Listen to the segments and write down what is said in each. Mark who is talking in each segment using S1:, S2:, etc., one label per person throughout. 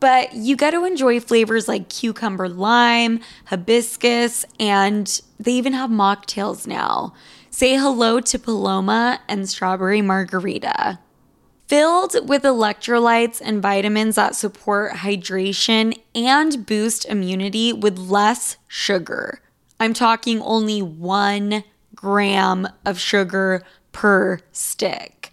S1: but you get to enjoy flavors like cucumber lime, hibiscus, and they even have mocktails now. Say hello to Paloma and strawberry margarita. Filled with electrolytes and vitamins that support hydration and boost immunity with less sugar. I'm talking only one gram of sugar per stick.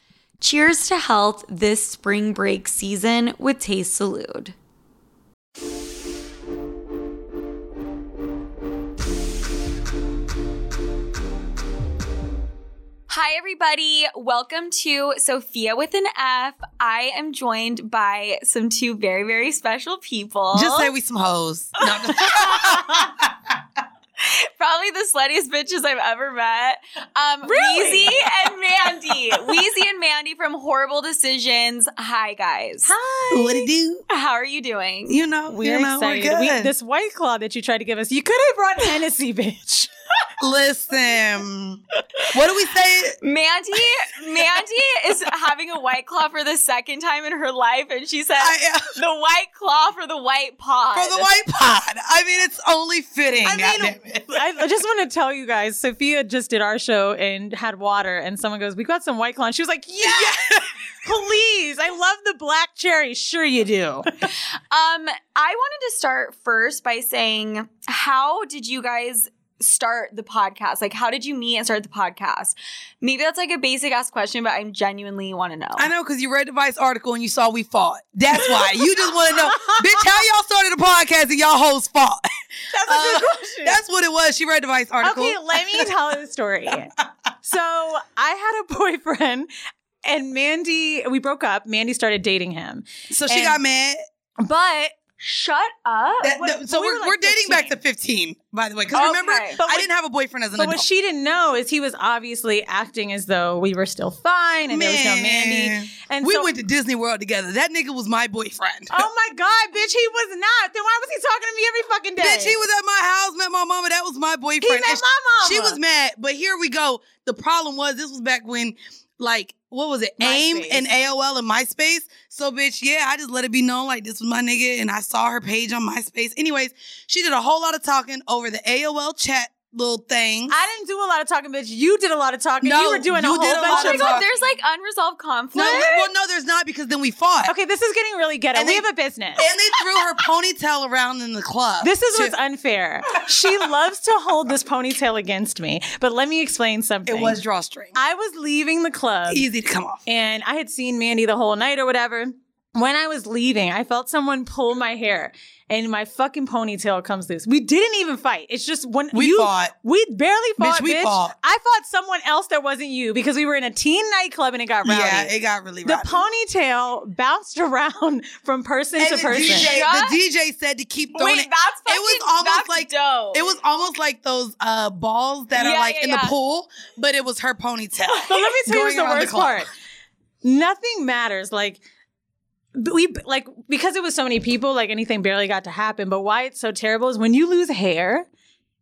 S1: Cheers to health this spring break season with Taste Salud. Hi, everybody. Welcome to Sophia with an F. I am joined by some two very, very special people.
S2: Just say we some hoes. No, I'm just-
S1: Probably the sluttiest bitches I've ever met. Um,
S3: Really?
S1: Wheezy and Mandy. Wheezy and Mandy from Horrible Decisions. Hi, guys.
S3: Hi.
S2: what it do?
S1: How are you doing?
S2: You know,
S3: We're
S2: you know,
S3: excited.
S2: We're
S3: We,
S2: good.
S3: this white claw that you tried to give us, you could have brought Hennessy, bitch.
S2: Listen, what do we say?
S1: Mandy, Mandy is having a white claw for the second time in her life, and she said
S2: I am
S1: the white claw for the white pod.
S2: for the white pod. I mean, it's only fitting.
S1: I mean,
S2: goddamn it.
S3: I, I just want to tell you guys, Sophia just did our show and had water, and someone goes, "We got some white claw." And she was like, "Yeah, please! I love the black cherry. Sure you do."
S1: Um, I wanted to start first by saying, how did you guys start the podcast? Like, how did you meet and start the podcast? Maybe that's like a basic ass question, but I genuinely want to know.
S2: I know because you read the Vice article and you saw we fought. That's why you just want to know, bitch, how y'all started a podcast and y'all hoes fought.
S3: That's
S2: a good
S3: question.
S2: That's what it was. She read the Vice article.
S3: Uh, Okay, let me tell the story. so I had a boyfriend, and Mandy, we broke up. Mandy started dating him,
S2: so she
S3: and-
S2: got mad.
S3: but
S1: Shut up.
S2: That-
S3: But-
S2: no, so
S3: we
S2: we're,
S3: were like
S2: we're dating
S3: 15.
S2: back to 15, by the way. Because remember,
S1: Okay.
S3: But
S2: I
S3: what-
S2: didn't have a boyfriend as an
S3: But
S2: adult.
S3: what she didn't know is he was obviously acting as though we were still fine and there was no Mandy.
S2: Man.
S3: And
S2: we
S3: so,
S2: went to Disney World together. That nigga was my boyfriend.
S3: oh my God, bitch, he was not. Then why was he talking to me every fucking day?
S2: Bitch, he was at my house, met my mama. That was my boyfriend.
S3: He met
S2: And
S3: my
S2: she-
S3: mama.
S2: She was mad, but here we go. The problem was this was back when, like, what was it? AIM
S3: MySpace.
S2: and AOL and MySpace. So, bitch, yeah, I just let it be known like this was my nigga, and I saw her page on MySpace. Anyways, she did a whole lot of talking over the AOL chat little things.
S3: I didn't do a lot of talking, bitch. You did a lot of talking.
S2: No,
S3: you were doing
S2: you
S3: a whole
S2: did a
S3: bunch
S2: lot
S4: Oh
S2: of
S3: of
S4: my god,
S2: talking.
S4: there's like unresolved conflict.
S2: no, well, no, there's not because then we fought.
S3: Okay, this is getting really ghetto.
S2: And
S3: we
S2: they-
S3: have a business.
S2: And they threw her ponytail around in the club.
S3: This is
S2: too.
S3: what's unfair. She loves to hold this ponytail against me, but let me explain something.
S2: it was drawstring.
S3: I was leaving the club
S2: Easy to come off.
S3: and I had seen Mandy the whole night or whatever. When I was leaving, I felt someone pull my hair and my fucking ponytail comes loose. We didn't even fight. It's just one
S2: We
S3: you-
S2: fought.
S3: We barely fought.
S2: Bitch, we fought.
S3: I fought someone else that wasn't you because we were in a teen nightclub and it got rowdy.
S2: Yeah, it got really
S3: the
S2: rowdy.
S3: ponytail bounced around from person
S2: and
S3: to
S2: the
S3: person.
S4: Yeah.
S2: DJ, the DJ said to keep throwing
S4: Wait,
S2: it.
S4: that's fucking
S2: e-, It was almost
S4: that's
S2: like-
S4: dope.
S2: It was almost like those uh, balls that
S4: Yeah,
S2: are like
S4: yeah,
S2: in
S4: yeah.
S2: the pool, but it was her ponytail.
S3: But let me tell you
S2: going
S3: what's the
S2: around
S3: worst
S2: club.
S3: part. Nothing matters. Like b- we like because it was so many people, like anything barely got to happen. But why it's so terrible is when you lose hair,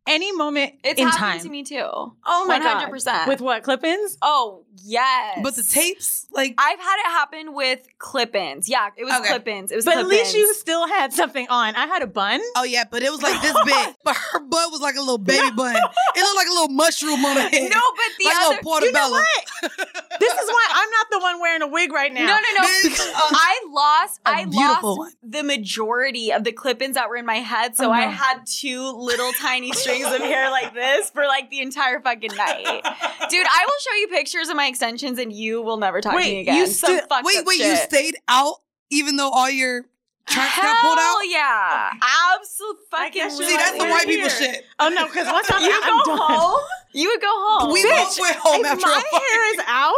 S3: any moment
S4: It's
S3: in
S4: happened
S3: time.
S4: to me too.
S3: oh my god,
S4: 100%.
S3: With what clip-ins?
S4: Oh yes.
S2: But the tapes, like
S4: I've had it happen with clip-ins. Yeah, it was
S2: Okay.
S4: clip-ins. It was
S3: But at least you
S4: clip-ins.
S3: still had something on. I had a bun.
S2: Oh yeah, but it was like this big. But her butt was like a little baby bun. It looked like a little mushroom on her head.
S4: No, but the
S2: like a
S4: other
S2: little portobello.
S3: This is why I'm not the one wearing a wig right now.
S4: No, no, no.
S2: This-
S4: I lost. I lost
S2: beautiful one.
S4: the majority of the clip-ins that were in my head, so
S3: Oh,
S4: I
S3: no.
S4: had two little tiny strings of hair like this for like the entire fucking night. Dude, I will show you pictures of my extensions, and you will never talk to
S3: Wait,
S4: me again.
S3: you
S4: Some
S3: sti-
S4: fucked
S2: wait,
S4: up
S2: wait, you
S4: shit.
S2: stayed out even though all your trunks
S4: Hell
S2: got pulled out?
S4: yeah! Absolute fucking.
S3: guess you're
S2: See, that's the
S3: Like,
S2: white
S3: we're
S2: people
S3: here.
S2: shit.
S3: Oh no, because once I'm,
S4: You
S3: out, I'm
S4: go
S3: done.
S4: home. You would go home.
S2: We
S4: Oh, Bitch,
S2: both went home
S3: if
S2: after
S3: my
S2: a fight.
S3: hair is out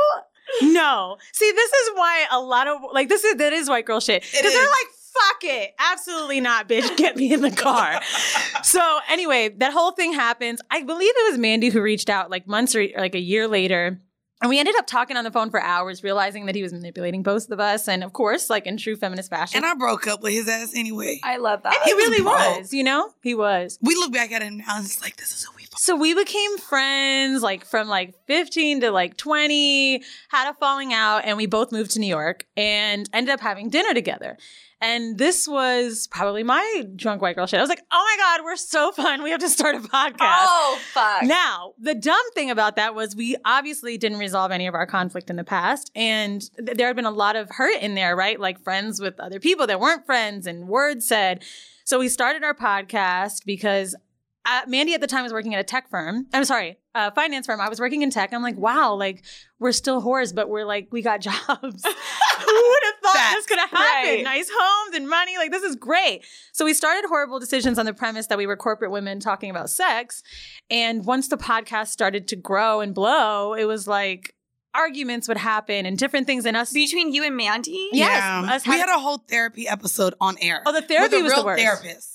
S3: no see this is why a lot of like this is that is white girl shit
S2: It
S3: because they're
S2: is.
S3: like fuck it absolutely not bitch get me in the car so anyway that whole thing happens i believe it was mandy who reached out like months or like a year later and we ended up talking on the phone for hours realizing that he was manipulating both of us and of course like in true feminist fashion
S2: And I broke up with his ass anyway.
S4: I love that.
S3: and he really
S2: broke.
S3: was you know he was
S2: we look back at him now and it's like, this is who we fought.
S3: So we became friends like from like 15 to like 20, had a falling out, and we both moved to New York and ended up having dinner together. And this was probably my drunk white girl shit. I was like, oh my God, we're so fun. We have to start a podcast.
S4: Oh fuck!
S3: Now, the dumb thing about that was we obviously didn't resolve any of our conflict in the past. And th- there had been a lot of hurt in there, right? Like friends with other people that weren't friends and words said. So we started our podcast because uh, Mandy at the time was working at a tech firm. I'm sorry, uh, finance firm. I was working in tech. I'm like, wow, like we're still whores, but we're like, we got jobs. Who would have thought
S2: Facts.
S3: this could have happened?
S4: Right.
S3: Nice homes and money. Like, this is great. So we started Horrible Decisions on the premise that we were corporate women talking about sex. And once the podcast started to grow and blow, it was like arguments would happen and different things. And us,
S4: Between you and Mandy,
S3: Yeah. Yes, us
S2: we
S3: had-
S2: had a whole therapy episode on air.
S3: oh, the
S2: with
S3: therapy
S2: a
S3: was
S2: real
S3: the worst.
S2: therapist.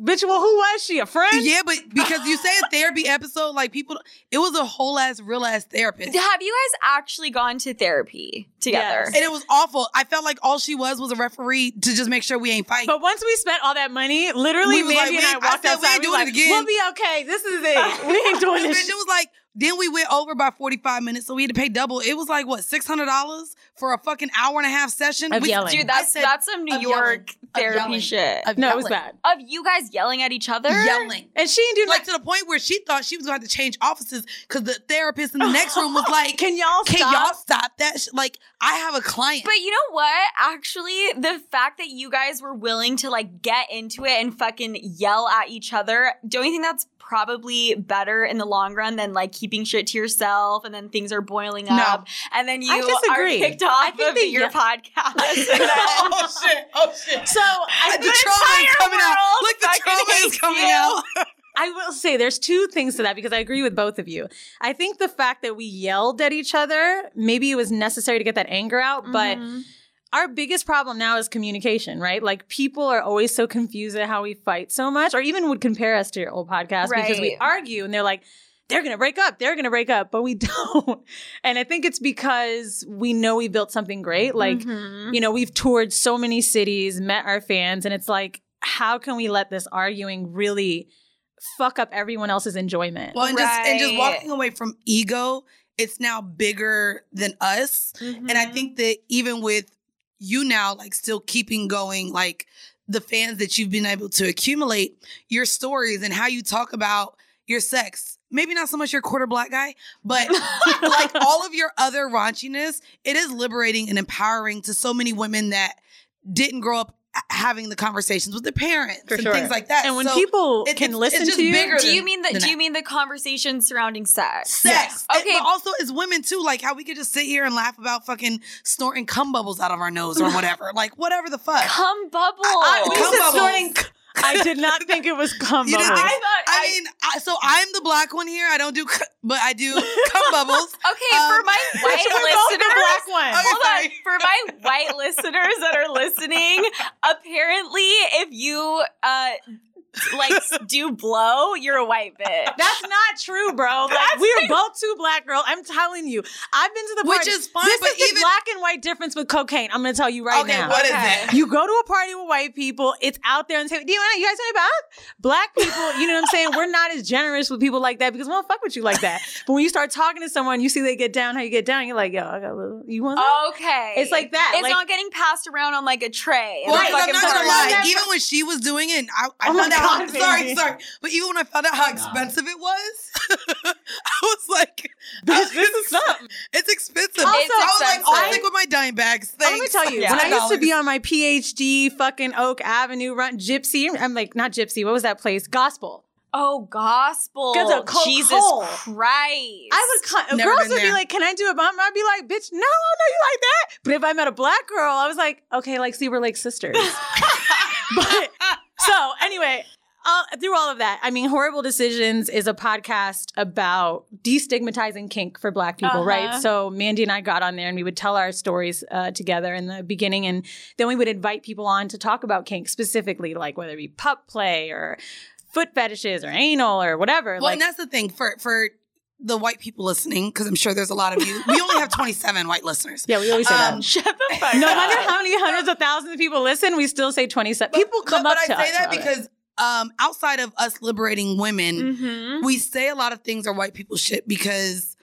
S3: Bitch, well, who was she? A friend?
S2: Yeah, but because you say a therapy episode, like people, it was a whole ass, real ass therapist.
S4: have you guys actually gone to therapy together?
S3: Yes.
S2: And it was awful. I felt like all she was was a referee to just make sure we ain't fighting.
S3: But once we spent all that money, literally,
S2: We was
S3: Mandy
S2: like,
S3: and I
S2: we- I
S3: walked
S2: said, we
S3: outside.
S2: ain't
S3: we
S2: doing it
S3: like,
S2: again.
S3: We'll be okay. This is it. We ain't doing
S2: Bitch,
S3: this.
S2: it was like then we went over by 45 minutes, so we had to pay double. It was like what six hundred dollars for a fucking hour and a half session.
S3: Of
S2: We-
S3: yelling.
S4: Dude, that's
S2: said
S4: that's some New
S2: of
S4: York
S2: yelling, of
S4: therapy
S2: yelling,
S4: shit. Of,
S2: of
S3: no, it was
S2: yelling.
S3: bad.
S4: you guys yelling at each other?
S2: Yelling.
S3: And she didn't do
S2: Like to the point where she thought she was gonna have to change offices because the therapist in the next room was like,
S3: Can y'all
S2: Can
S3: stop?
S2: y'all stop that? sh-" Like, I have a client.
S4: But you know what? Actually, the fact that you guys were willing to like get into it and fucking yell at each other, don't you think that's probably better in the long run than like keeping shit to yourself and then things are boiling
S2: No.
S4: up and then you
S3: I
S4: are
S3: disagree.
S4: kicked off
S3: I think
S4: of
S3: they
S4: your
S3: yell-
S4: podcast. And then-
S2: oh shit! Oh shit!
S3: So I,
S2: the trauma is
S4: entire
S2: coming out.
S4: world
S2: Look, the
S4: fucking
S2: trauma is
S4: hates
S2: coming
S4: you.
S2: out.
S3: I will say there's two things to that because I agree with both of you. I think the fact that we yelled at each other, maybe it was necessary to get that anger out, but
S4: Mhm.
S3: our biggest problem now is communication, right? Like people are always so confused at how we fight so much, or even would compare us to your old podcast because we
S4: Right.
S3: argue and they're like, they're gonna break up, they're gonna break up, but we don't. And I think it's because we know we built something great. Like,
S4: Mhm.
S3: you know, we've toured so many cities, met our fans, and it's like, how can we let this arguing really fuck up everyone else's enjoyment?
S2: Well, and just and just
S4: Right.
S2: walking away from ego, it's now bigger than us. And I
S3: Mm-hmm.
S4: Mhm.
S2: think that even with you now, like still keeping going, like the fans that you've been able to accumulate, your stories and how you talk about your sex maybe not so much your quarter black guy, but like all of your other raunchiness, it is liberating and empowering to so many women that didn't grow up h- having the conversations with their parents
S3: For
S2: and
S3: sure.
S2: things like that.
S3: and when
S2: So
S3: people
S2: it- it's- it's
S3: can listen
S2: just
S3: to you,
S2: bigger
S4: Do you
S2: than-
S4: mean the
S2: than
S4: Do
S2: that.
S4: you mean the conversation surrounding sex?
S2: Sex,
S4: Yes.
S2: And-
S4: Okay.
S2: but also as women too, like how we could just sit here and laugh about fucking snorting cum bubbles out of our nose or whatever, like whatever the fuck.
S4: Come bubble.
S2: I-
S3: we
S2: Cum
S3: said
S2: bubbles.
S3: snorting. I did not think it was cum
S2: You didn't
S3: bubbles.
S2: think-
S4: thought-
S2: I mean, I, so I'm the black one here. I don't do, c- but I do cum bubbles.
S4: Okay,
S2: Um,
S4: for my
S3: We're both
S4: white
S3: the
S4: listeners,
S3: black one.
S2: Okay,
S4: hold on.
S2: sorry.
S4: For my white listeners that are listening, apparently, if you uh like do blow, you're a white bitch.
S3: That's not true, bro. Like we are both two black girls. I'm telling you, I've been to the
S2: Which
S3: party.
S2: is fine,
S3: This
S2: but
S3: is the
S2: even-
S3: black and white difference with cocaine. I'm gonna tell you right
S2: okay,
S3: now.
S2: what is
S4: Okay.
S2: it?
S3: You go to a party with white people, it's out there and say, Do you want you guys want it back? Black people, you know what I'm saying? We're not as generous with people like that because we don't fuck with you like that. But when you start talking to someone, you see they get down, how you get down, you're like, yo, I got a little you want
S4: Oh,
S3: some?
S4: Okay,
S3: It's like that,
S4: It's
S3: like-
S4: not getting passed around on like a tray.
S2: Well,
S4: at a
S2: 'cause I'm
S4: fucking
S2: not gonna
S4: party.
S2: lie. Even when she was doing it, and I, I
S3: Oh my
S2: found out.
S3: God,
S2: sorry,
S3: baby. Oh
S2: sorry. But even when I found out how expensive it was, I was like,
S3: This, this is something.
S2: "It's expensive."
S4: It's
S2: I was like, "I'll
S4: expensive.
S2: stick with my dime bags."
S3: Let me
S2: thanks.
S3: tell you,
S4: Yeah.
S3: when I used to be on my PhD fucking Oak Avenue run gypsy, I'm like, not gypsy, what was that place? Gospel.
S4: Oh, gospel.
S3: Get the coke
S4: Jesus
S3: hole.
S4: Christ.
S3: I would con-
S2: Never
S3: girls
S2: been
S3: would be
S2: there.
S3: like, "Can I do a bump?" I'd be like, "Bitch, no, I don't know you like that." But if I met a black girl, I was like, "Okay, like see, we're like sisters." but so anyway, all, through all of that, I mean, horrible decisions is a podcast about destigmatizing kink for Black people,
S4: Uh-huh.
S3: right? So Mandy and I got on there and we would tell our stories uh, together in the beginning, and then we would invite people on to talk about kink specifically, like whether it be pup play or. Foot fetishes or anal or whatever.
S2: Well,
S3: like,
S2: and that's the thing for for the white people listening, because I'm sure there's a lot of you. We only have 27 white listeners.
S3: yeah, we always say that.
S2: Um,
S4: Shut the fuck
S3: No
S4: up.
S3: matter how many hundreds of thousands of people listen, we still say 27. People come
S2: but,
S3: up
S2: but
S3: to
S2: I say
S3: us
S2: that
S3: about it.
S2: because um, outside of us liberating women,
S4: Mhm.
S2: we say a lot of things are white people shit because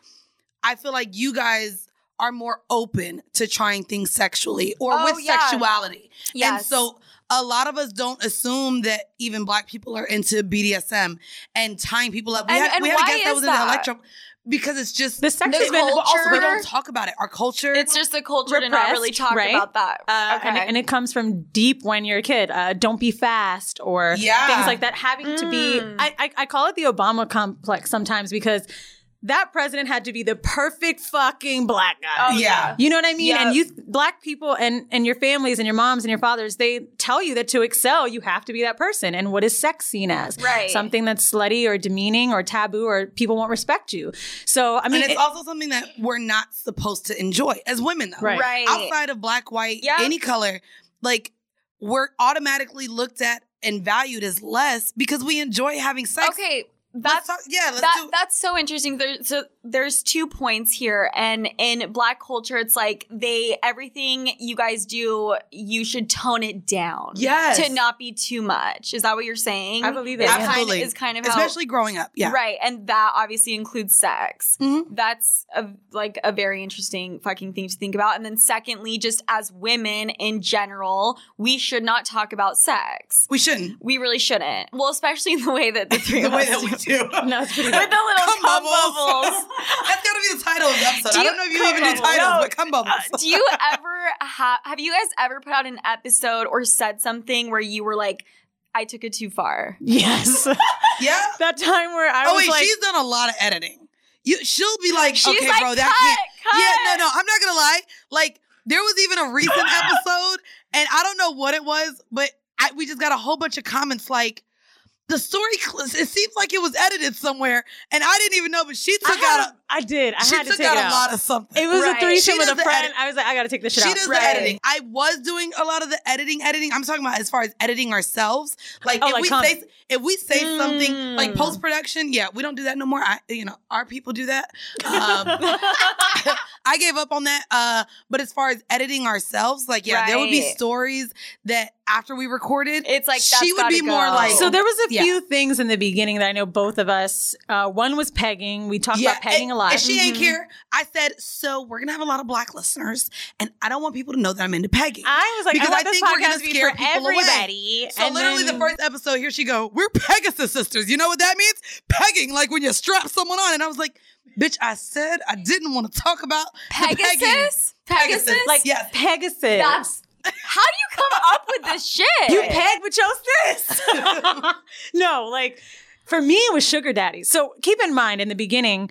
S2: I feel like you guys are more open to trying things sexually or
S4: Oh,
S2: with
S4: yeah.
S2: sexuality.
S4: Yes.
S2: And so a lot of us don't assume that even black people are into BDSM and tying people up. We
S4: And-
S2: had,
S4: and
S2: we had a
S4: why
S2: guest that
S4: is
S2: was
S4: that?
S2: in the electro because it's just
S3: the sex
S4: The
S3: has been
S4: culture-
S2: but also we
S4: culture-
S2: don't talk about it. Our culture
S4: it's just the culture to not really
S3: repressed,
S4: talk
S3: right?
S4: about that.
S3: uh,
S4: okay.
S3: and, it- and it comes from deep when you're a kid. Uh, don't be fast or
S2: Yeah.
S3: things like that. Having to be,
S4: Mm.
S3: I, I, I call it the Obama complex sometimes because that president had to be the perfect fucking black guy.
S4: Oh,
S2: yeah.
S3: You know what I mean?
S4: Yeah.
S3: And you, black people, and and your families, and your moms, and your fathers, they tell you that to excel, you have to be that person. And what is sex seen as?
S4: Right.
S3: Something that's slutty or demeaning or taboo, or people won't respect you. So I mean,
S2: and it's
S3: it-
S2: also something that we're not supposed to enjoy as women, though.
S3: Right.
S4: Right.
S2: outside of black, white,
S4: Yep.
S2: any color, like we're automatically looked at and valued as less because we enjoy having sex.
S4: okay.
S2: Let's
S4: That's
S2: talk- yeah. Let's
S4: that,
S2: do.
S4: that's so interesting. There, so there's two points here, and in Black culture, it's like they everything you guys do, you should tone it down,
S2: Yes.
S4: to not be too much. Is that what you're saying?
S3: I believe it,
S4: Is
S3: yeah.
S4: kind-
S2: Absolutely.
S4: is kind of how,
S2: Especially growing up, yeah.
S4: right, and that obviously includes sex.
S2: Mhm.
S3: Mm-hmm.
S4: That's a, like a very interesting fucking thing to think about. And then secondly, just as women in general, we should not talk about sex.
S2: We shouldn't.
S4: We really shouldn't. Well, especially in the way that the three
S2: The
S4: of
S2: way
S4: us
S2: that we do.
S3: no, it's pretty
S4: with the
S3: bad.
S4: little
S2: Cum
S4: cum bubbles.
S2: bubbles. That's gotta be the title of the episode.
S4: Do
S2: I
S4: you-
S2: don't know if you
S4: cum
S2: even do
S4: bubbles.
S2: titles,
S4: No.
S2: but cum bubbles.
S4: Do you ever have have you guys ever put out an episode or said something where you were like, I took it too far?
S3: Yes,
S2: yeah.
S3: that time where I
S2: oh
S3: was
S2: wait,
S3: like,
S2: she's done a lot of editing. You, she'll be like,
S4: She's
S2: okay,
S4: like,
S2: bro,
S4: cut,
S2: that can't.
S4: cut.
S2: Yeah, no, no, I'm not gonna lie. Like there was even a recent episode, and I don't know what it was, but I, we just got a whole bunch of comments like the story. cl- It seems like it was edited somewhere, and I didn't even know. But she
S3: I
S2: took
S3: had
S2: out
S3: a- I did. I
S2: a, she
S3: had to
S2: took
S3: take
S2: out
S3: it
S2: a
S3: out.
S2: lot of something.
S3: It was
S4: Right.
S3: a threesome
S2: She
S3: with a
S2: does the
S3: friend.
S2: edit.
S3: I was like, I gotta take this
S2: She
S3: shit out.
S2: does
S4: Right.
S2: the editing. I was doing a lot of the editing, editing. I'm talking about as far as editing ourselves. Like
S3: Oh,
S2: if
S3: like Hmm.
S2: we
S3: comments.
S2: say if we say something like
S4: Mm.
S2: post production, yeah, we don't do that no more. I you know our people do that. Um, I gave up on that. Uh, but as far as editing ourselves, like yeah, there would be
S4: Right.
S2: stories that after we recorded,
S4: It's like
S2: She
S4: that's
S2: would be
S4: gotta
S2: more
S4: go.
S2: like-
S3: So there was a
S2: Yeah.
S3: few things in the beginning that I know both of us. Uh, one was pegging. We talked about
S2: and-
S3: pegging a lot. Mm-hmm.
S2: And she ain't
S4: Mhm.
S2: care. I said, so we're gonna have a lot of black listeners, and I don't want people to know that I'm into pegging.
S3: I was like,
S2: Because
S3: I want
S2: I
S3: this
S2: think we're gonna
S3: podcast to be
S2: scare
S3: for
S2: people away.
S3: everybody.
S2: so
S3: And
S2: literally,
S3: then-
S2: the first episode, here she go. We're Pegasus sisters. You know what that means? Pegging, like when you strap someone on. And I was like, bitch, I said I didn't want to talk about the pegging.
S4: Pegasus? Pegasus?
S3: like
S2: yes.
S3: Pegasus.
S4: That's how do you come up with this shit?
S3: You pegged with your sis. no, like for me, it was sugar daddy. So keep in mind in the beginning,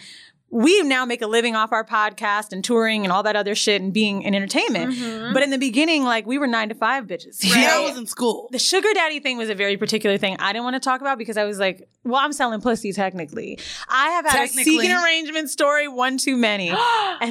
S3: we now make a living off our podcast and touring and all that other shit and being in entertainment.
S2: Mm-hmm.
S4: Mhm.
S3: But in the beginning, like we were nine to five bitches. you
S2: Yeah, I
S3: know?
S2: was in school.
S3: The sugar daddy thing was a very particular thing I didn't want to talk about because I was like, well, I'm selling pussy technically. I have had a
S2: Technically.
S3: seeking arrangement story one too many. and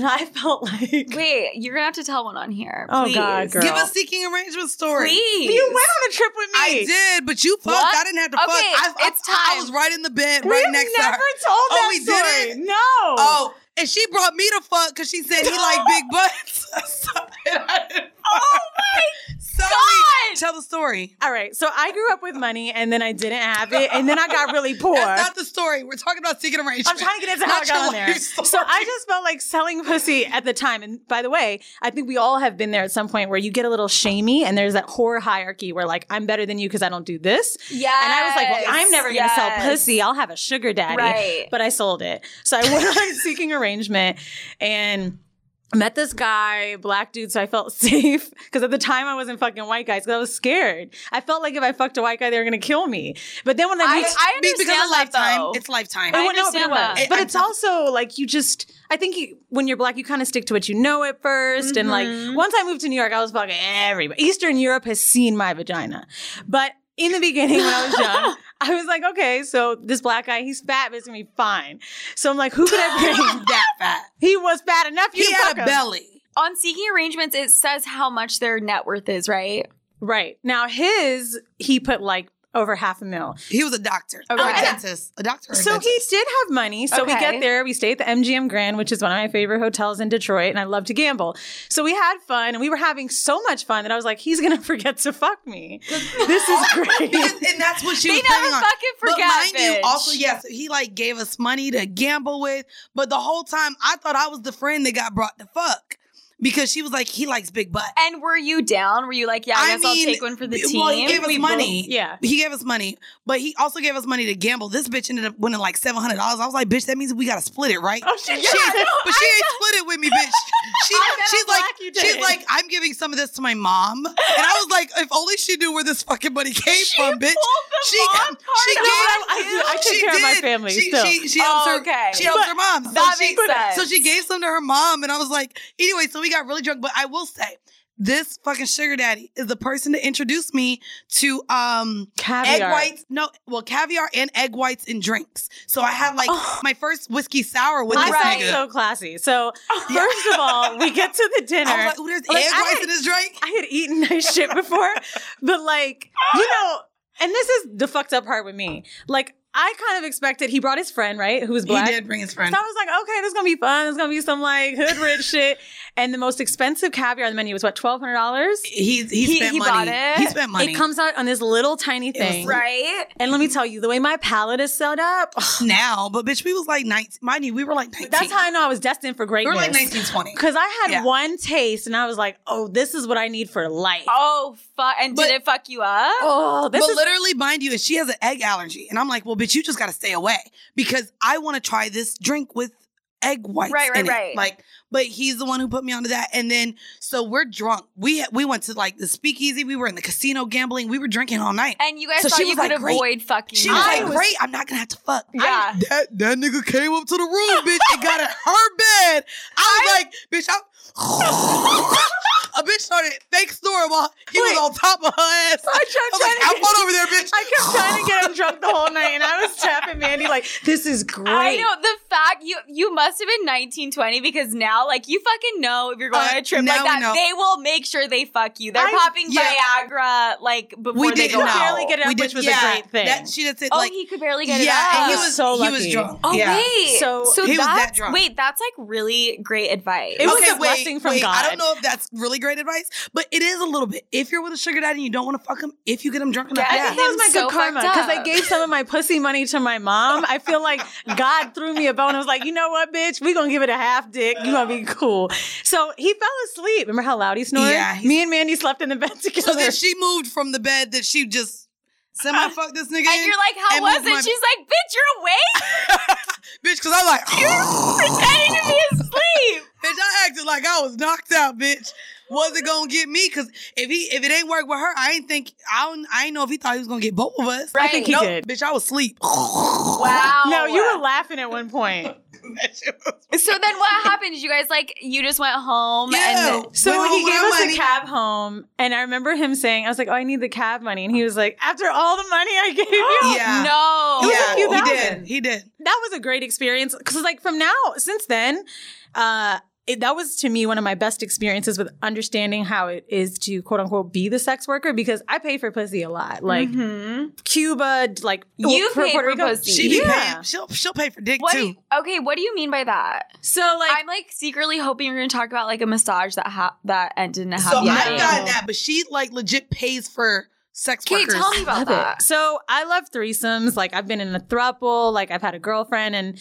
S3: I felt like,
S4: Wait, you're gonna have to tell one on here.
S3: Oh,
S4: please.
S3: God, girl.
S2: Give a seeking arrangement story.
S4: Please.
S3: you went on a trip with me.
S2: I did, but you fucked.
S4: What?
S2: I didn't have to
S4: Okay,
S2: fuck. I, I-
S4: it's
S2: I was
S4: time.
S2: right in the bed,
S3: We
S2: right
S3: have
S2: next to
S3: never
S2: her.
S3: told that
S2: Oh, we
S3: story.
S2: didn't?
S3: No.
S2: Oh, and she brought me to fuck because she said he like big butts. so and I didn't
S4: Oh
S2: fuck.
S4: my
S2: so we-
S4: god!
S2: tell the story.
S3: All right. So I grew up with money and then I didn't have it. And then I got really poor.
S2: That's not the story. We're talking about seeking arrangement.
S3: I'm trying to get into how I
S2: Not
S3: got
S2: your
S3: on there.
S2: life story.
S3: So I just felt like selling pussy at the time. And by the way, I think we all have been there at some point where you get a little shamey and there's that horror hierarchy where like I'm better than you because I don't do this.
S4: Yeah.
S3: And I was like, well, I'm never going to sell pussy. I'll have a sugar daddy.
S4: Right.
S3: But I sold it. So I went on seeking arrangement and met this guy, black dude, so I felt safe. Because at the time I wasn't fucking white guys because I was scared. I felt like if I fucked a white guy, they were going to kill me. But then when I,
S4: I,
S3: reached-
S4: I
S2: Be-
S4: understand
S2: because of
S4: that
S2: lifetime.
S4: though.
S2: It's lifetime.
S3: I
S4: I
S3: wouldn't know if it
S4: understand
S3: was.
S4: that.
S3: But
S2: I-
S3: it's also like you just. I think you, when you're black, you kind of stick to what you know at 1st
S2: Mm-hmm.
S3: And
S4: Mhm.
S3: like once I moved to New York, I was fucking everybody. Eastern Europe has seen my vagina, but in the beginning when I was young, I was like, okay, so this black guy, he's fat, but it's gonna be fine. So I'm like, who could I bring?
S2: that fat.
S3: he was fat enough. You
S2: He
S3: can
S2: had
S3: fuck
S2: a
S3: him.
S2: belly.
S4: on seeking arrangements, it says how much their net worth is, right?
S3: Right now, his he put like over half a mil.
S2: He was a doctor.
S4: Okay.
S2: Or a dentist. A doctor. Or a
S3: So
S2: dentist.
S3: he did have money. So we
S4: Okay.
S3: get there. We stay at the MGM Grand, which is one of my favorite hotels in Detroit, and I love to gamble. So we had fun, and we were having so much fun that I was like, "He's gonna forget to fuck me. This is great."
S2: Because- and that's what she
S4: They
S2: was
S4: never
S2: planning on.
S4: fucking
S2: But
S4: forget.
S2: mind you,
S4: bitch.
S2: also yes, he like gave us money to gamble with. But the whole time, I thought I was the friend that got brought to fuck because she was like, he likes big butt.
S4: And were you down? Were you like, yeah, I,
S2: I
S4: guess
S2: mean,
S4: I'll take one for the team?
S2: Well, he gave us
S4: We
S2: money.
S3: yeah.
S2: He gave us money, but he also gave us money to gamble. This bitch ended up winning like seven hundred dollars. I was like, "Bitch, that means we gotta split it, right?"
S3: Oh shit!
S2: She ain't- but she ain't split it with me, bitch. She,
S3: I bet
S2: she's
S3: I'm
S2: like,
S3: black you
S2: she's
S3: did.
S2: like, I'm giving some of this to my mom, and I was like, if only she knew where this fucking money came
S4: She
S2: from, bitch.
S4: pulled the mom card
S3: out. I do- I take
S2: she
S3: care of my
S2: did.
S3: family
S2: She,
S3: still.
S2: she, she helps
S4: Oh,
S2: her.
S4: okay.
S2: She helps
S3: But
S2: her mom. So
S4: that
S2: she,
S4: makes sense.
S2: So she gave some to her mom, and I was like, anyway. So we got really drunk, but I will say. This fucking sugar daddy is the person to introduce me to um egg
S3: Caviar.
S2: whites. No, well, caviar and egg whites in drinks. So I had like
S4: Oh.
S2: my first whiskey sour with
S3: I
S2: this
S4: Right.
S2: nigga.
S3: sound so classy. So
S2: Yeah.
S3: first of all, we get to the dinner.
S2: I was like, ooh, there's
S3: Like,
S2: egg
S3: I-
S2: whites in this drink.
S3: I had eaten nice shit before, but like, you know, and this is the fucked up part with me. Like, I kind of expected he brought his friend, right? Who was black.
S2: He did bring his friend.
S3: So I was like, okay, this is gonna be fun. It's gonna be some like hood rich shit. And the most expensive caviar on the menu was what twelve hundred dollars.
S2: He, he,
S4: He-
S2: spent
S4: he
S2: money.
S4: bought it.
S2: He spent money.
S3: It comes out on this little tiny
S2: was
S3: thing,
S4: Right?
S3: And let me tell you, the way my palate is set up,
S2: now, but bitch, we was like 19. Mind you, we were like 19.
S3: that's how I know I was destined for
S2: we were
S3: greatness.
S2: like 19, 20.
S3: Because I had
S2: Yeah.
S3: one taste, and I was like, oh, this is what I need for life.
S4: Oh, fuck. And
S2: But-
S4: did it fuck you up?
S3: Oh, this
S2: but
S3: is
S2: literally, mind you, and she has an egg allergy. And I'm like, well, bitch, you just got to stay away because I want to try this drink with egg whites.
S4: Right, right,
S2: in it.
S4: right.
S2: Like, but he's the one who put me onto that. And then, so we're drunk. We we went to like the speakeasy. We were in the casino gambling. We were drinking all night.
S4: And you guys
S2: Oh. So
S4: thought
S2: she
S4: you
S2: was
S4: could
S2: like, great.
S4: avoid fucking.
S2: She was
S4: up.
S3: I
S2: like,
S3: was-
S2: great, I'm not going to have to fuck.
S4: yeah.
S2: that that nigga came up to the room, bitch, and got in her bed. I was like, bitch, I'm. A bitch started fake snoring while he
S3: Wait.
S2: was on top of her ass. I
S3: I kept
S2: was like,
S3: trying to
S2: I'm
S3: get-
S2: on over there, bitch.
S3: I kept trying to get him drunk the whole night, and I was tapped laughing, Mandy. Like, this is great.
S4: I know the fact you you must have been 19, 20 because now like you fucking know if you're going
S2: Uh,
S4: on a trip
S2: now
S4: like
S2: we
S4: that,
S2: know.
S4: they will make sure they fuck you. They're
S3: I-
S4: popping
S2: yeah.
S4: Viagra like before
S2: we
S4: they
S2: did
S4: go
S2: not.
S4: out.
S3: barely get it up,
S2: we did,
S3: which was a
S2: yeah,
S3: great thing.
S2: That she did it
S4: oh,
S2: like
S4: he could barely
S2: yeah,
S4: get it up.
S2: and he
S3: up.
S2: was
S3: So
S2: he was
S3: lucky.
S2: drunk.
S4: oh
S2: yeah.
S4: wait, so
S3: So-
S4: so
S2: He was that
S4: that's
S2: drunk.
S4: wait, that's like really great advice.
S3: It was
S2: okay,
S3: a blessing from
S2: wait,
S3: God.
S2: I don't know if that's really great advice, but it is a little bit. If you're with a sugar daddy and you don't want to fuck him, if you get him drunk enough,
S3: I
S4: Yeah, I
S2: yeah.
S3: think that was my
S4: Him so
S3: good karma
S4: fucked
S3: because I
S4: up.
S3: gave some of my pussy money to my mom. I feel like God threw me a bone. I was like, you know what, bitch? We gonna give it a half dick. You gonna be cool. So he fell asleep. Remember how loud he snored?
S2: Yeah, he's-
S3: Me and Mandy slept in the bed together.
S2: So then she moved from the bed that she just semi fucked this nigga
S4: Uh, and
S2: in,
S4: you're like, how
S2: and
S4: was it?
S2: moved my-
S4: She's like, bitch, you're awake,
S2: bitch, because I'm like,
S4: pretending to be asleep.
S2: bitch, I acted like I was knocked out, bitch. Wasn't gonna get me because if he if it ain't work with her, I ain't think I don't I ain't know if he thought he was gonna get both of us.
S4: Right.
S3: I think he
S2: Nope,
S3: did.
S2: bitch, I was asleep.
S4: Wow.
S3: No, you were laughing at one point.
S4: So then what happened? Did you guys like you just went home
S2: Yeah.
S4: and
S3: So
S2: Wait,
S3: he
S2: hold
S3: gave
S2: on,
S3: us
S2: money.
S3: a cab home, and I remember him saying, "I was like, oh, I need the cab money," and he was like, "After all the money I gave you,
S2: Yeah.
S4: no.
S3: It was
S2: yeah,
S3: a few
S2: he
S3: thousand.
S2: did. He did.
S3: that was a great experience because like from now since then uh it, that was to me one of my best experiences with understanding how it is to quote unquote be the sex worker because I pay for pussy a lot like Cuba d- like
S4: Mm-hmm. You
S3: Pu-
S4: pay
S3: Puerto
S4: for
S3: Rico.
S4: pussy.
S2: She be
S3: Yeah.
S2: paying. She'll she'll pay for dick
S4: What do
S2: too.
S4: you, okay, what do you mean by that?
S3: so like
S4: I'm like secretly hoping you're gonna talk about like a massage that ha- that and didn't have
S2: So
S4: yet.
S2: I've got that, but she like legit pays for sex
S4: Okay,
S2: workers.
S4: tell me about
S3: love
S4: that.
S3: it. So I love threesomes. Like I've been in a throuple. Like I've had a girlfriend, and